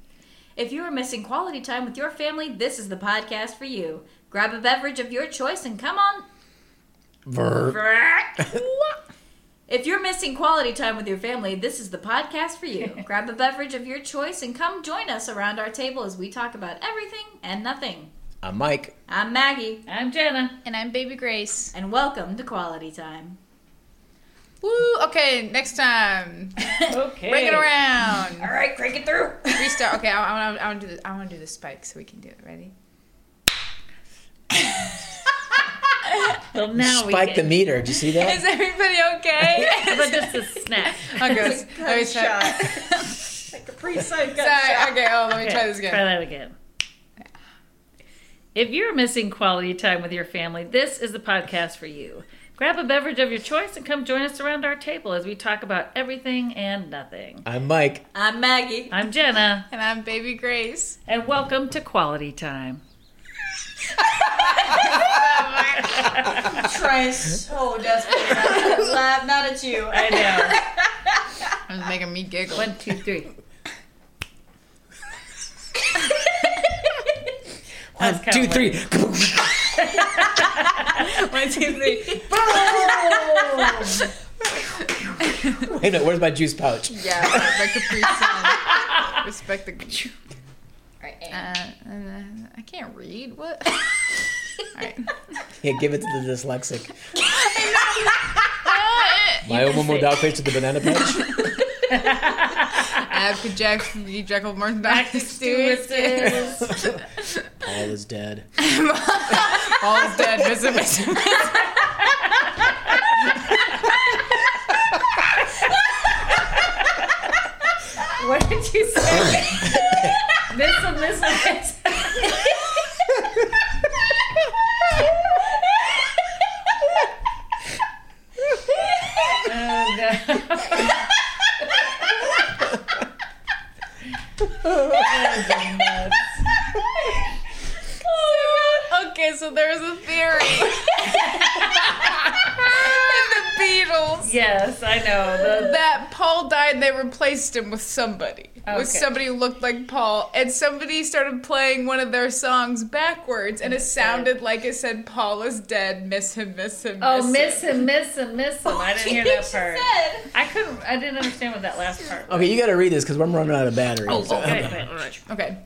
S3: If you are missing quality time with your family, this is the podcast for you. Grab a beverage of your choice and come on.
S2: Brr.
S3: If you're missing quality time with your family, this is the podcast for you. Grab a beverage of your choice and come join us around our table as we talk about everything and nothing.
S2: I'm Mike.
S3: I'm Maggie,
S1: I'm Jenna.
S4: And I'm Baby Grace.
S3: and welcome to Quality Time.
S4: Woo! Okay, next time.
S1: Okay.
S4: Bring it around.
S3: All right, crank it through.
S4: Restart. Okay, I, I, I want to do this. I want to do the spike so we can do it. Ready?
S1: Well, now we
S2: Spike the
S1: can-
S2: meter. Did you see that?
S4: Is everybody okay?
S1: But just a snap.
S4: oh, gross. Let me try.
S3: like a pre-signed
S4: Sorry. Okay. Oh, let me
S1: Okay,
S4: try this
S1: Try
S4: again.
S1: that again. If you're missing quality time with your family, this is the podcast for you. Grab a beverage of your choice and come join us around our table as we talk about everything and nothing.
S2: I'm Mike.
S3: I'm Maggie.
S1: I'm Jenna,
S4: And I'm Baby Grace.
S1: and welcome to Quality Time.
S3: trying so desperately not to laugh, not at you.
S1: I know.
S4: It's making me giggle.
S1: One, two, three.
S2: One,
S1: kinda
S2: two,
S1: lame.
S2: three.
S4: One, two, three.
S2: Wait a minute. Where's my juice pouch?
S4: Yeah. Like the pre Respect the.
S3: Right,
S4: Uh, uh, I can't read. What? All right.
S2: Yeah, give it to the dyslexic.
S4: Ah,
S2: My Omomo dog face to the banana patch.
S4: Abka Jack, Sneaky Jekyll, Martin,
S1: Back to
S4: Stewart.
S1: Stuart's.
S2: Paul is dead.
S4: All is dead. Visit, visit, visit.
S1: What did you say? missile, missile, missile. Oh, God. Oh,
S4: Okay, so there's a theory. in the Beatles
S1: Yes, I know. The,
S4: that Paul died and they replaced him with somebody. was
S1: Okay.
S4: somebody who looked like Paul, and somebody started playing one of their songs backwards, and it sounded like it said, "Paul is dead. Miss him. Miss him.
S1: Oh, miss him, miss him, miss him. I didn't hear that
S3: She
S1: part.
S3: said-
S1: I couldn't. I didn't understand what that last part. Was.
S2: Okay, you got to read this because I'm running out of battery.
S3: Oh,
S2: so-
S1: Oh, okay, okay.
S4: Okay.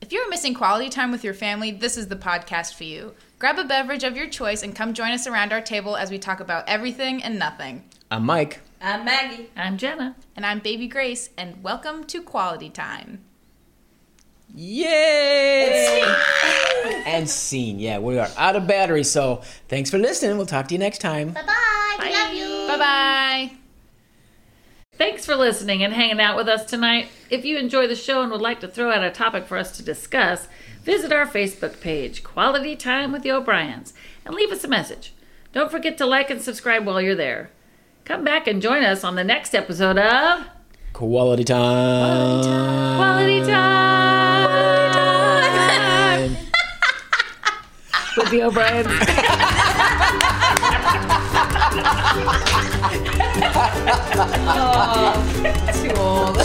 S4: If you're missing quality time with your family, this is the podcast for you. Grab a beverage of your choice and come join us around our table as we talk about everything and nothing.
S2: I'm Mike.
S3: I'm Maggie.
S1: I'm Jenna.
S4: And I'm Baby Grace, and welcome to Quality Time.
S2: Yay! and scene. Yeah, we are out of battery. So thanks for listening. We'll talk to you next time.
S1: Bye.
S4: Bye bye.
S1: Thanks for listening and hanging out with us tonight. If you enjoy the show and would like to throw out a topic for us to discuss, visit our Facebook page, Quality Time with the O'Briens, and leave us a message. Don't forget to like and subscribe while you're there. Come back and join us on the next episode of
S2: Quality time.
S1: Quality Time, with the O'Briens.
S3: Too old.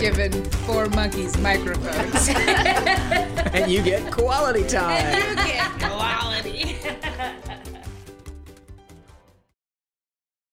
S4: Given four monkeys microphones.
S2: and you get quality time.
S4: Okay.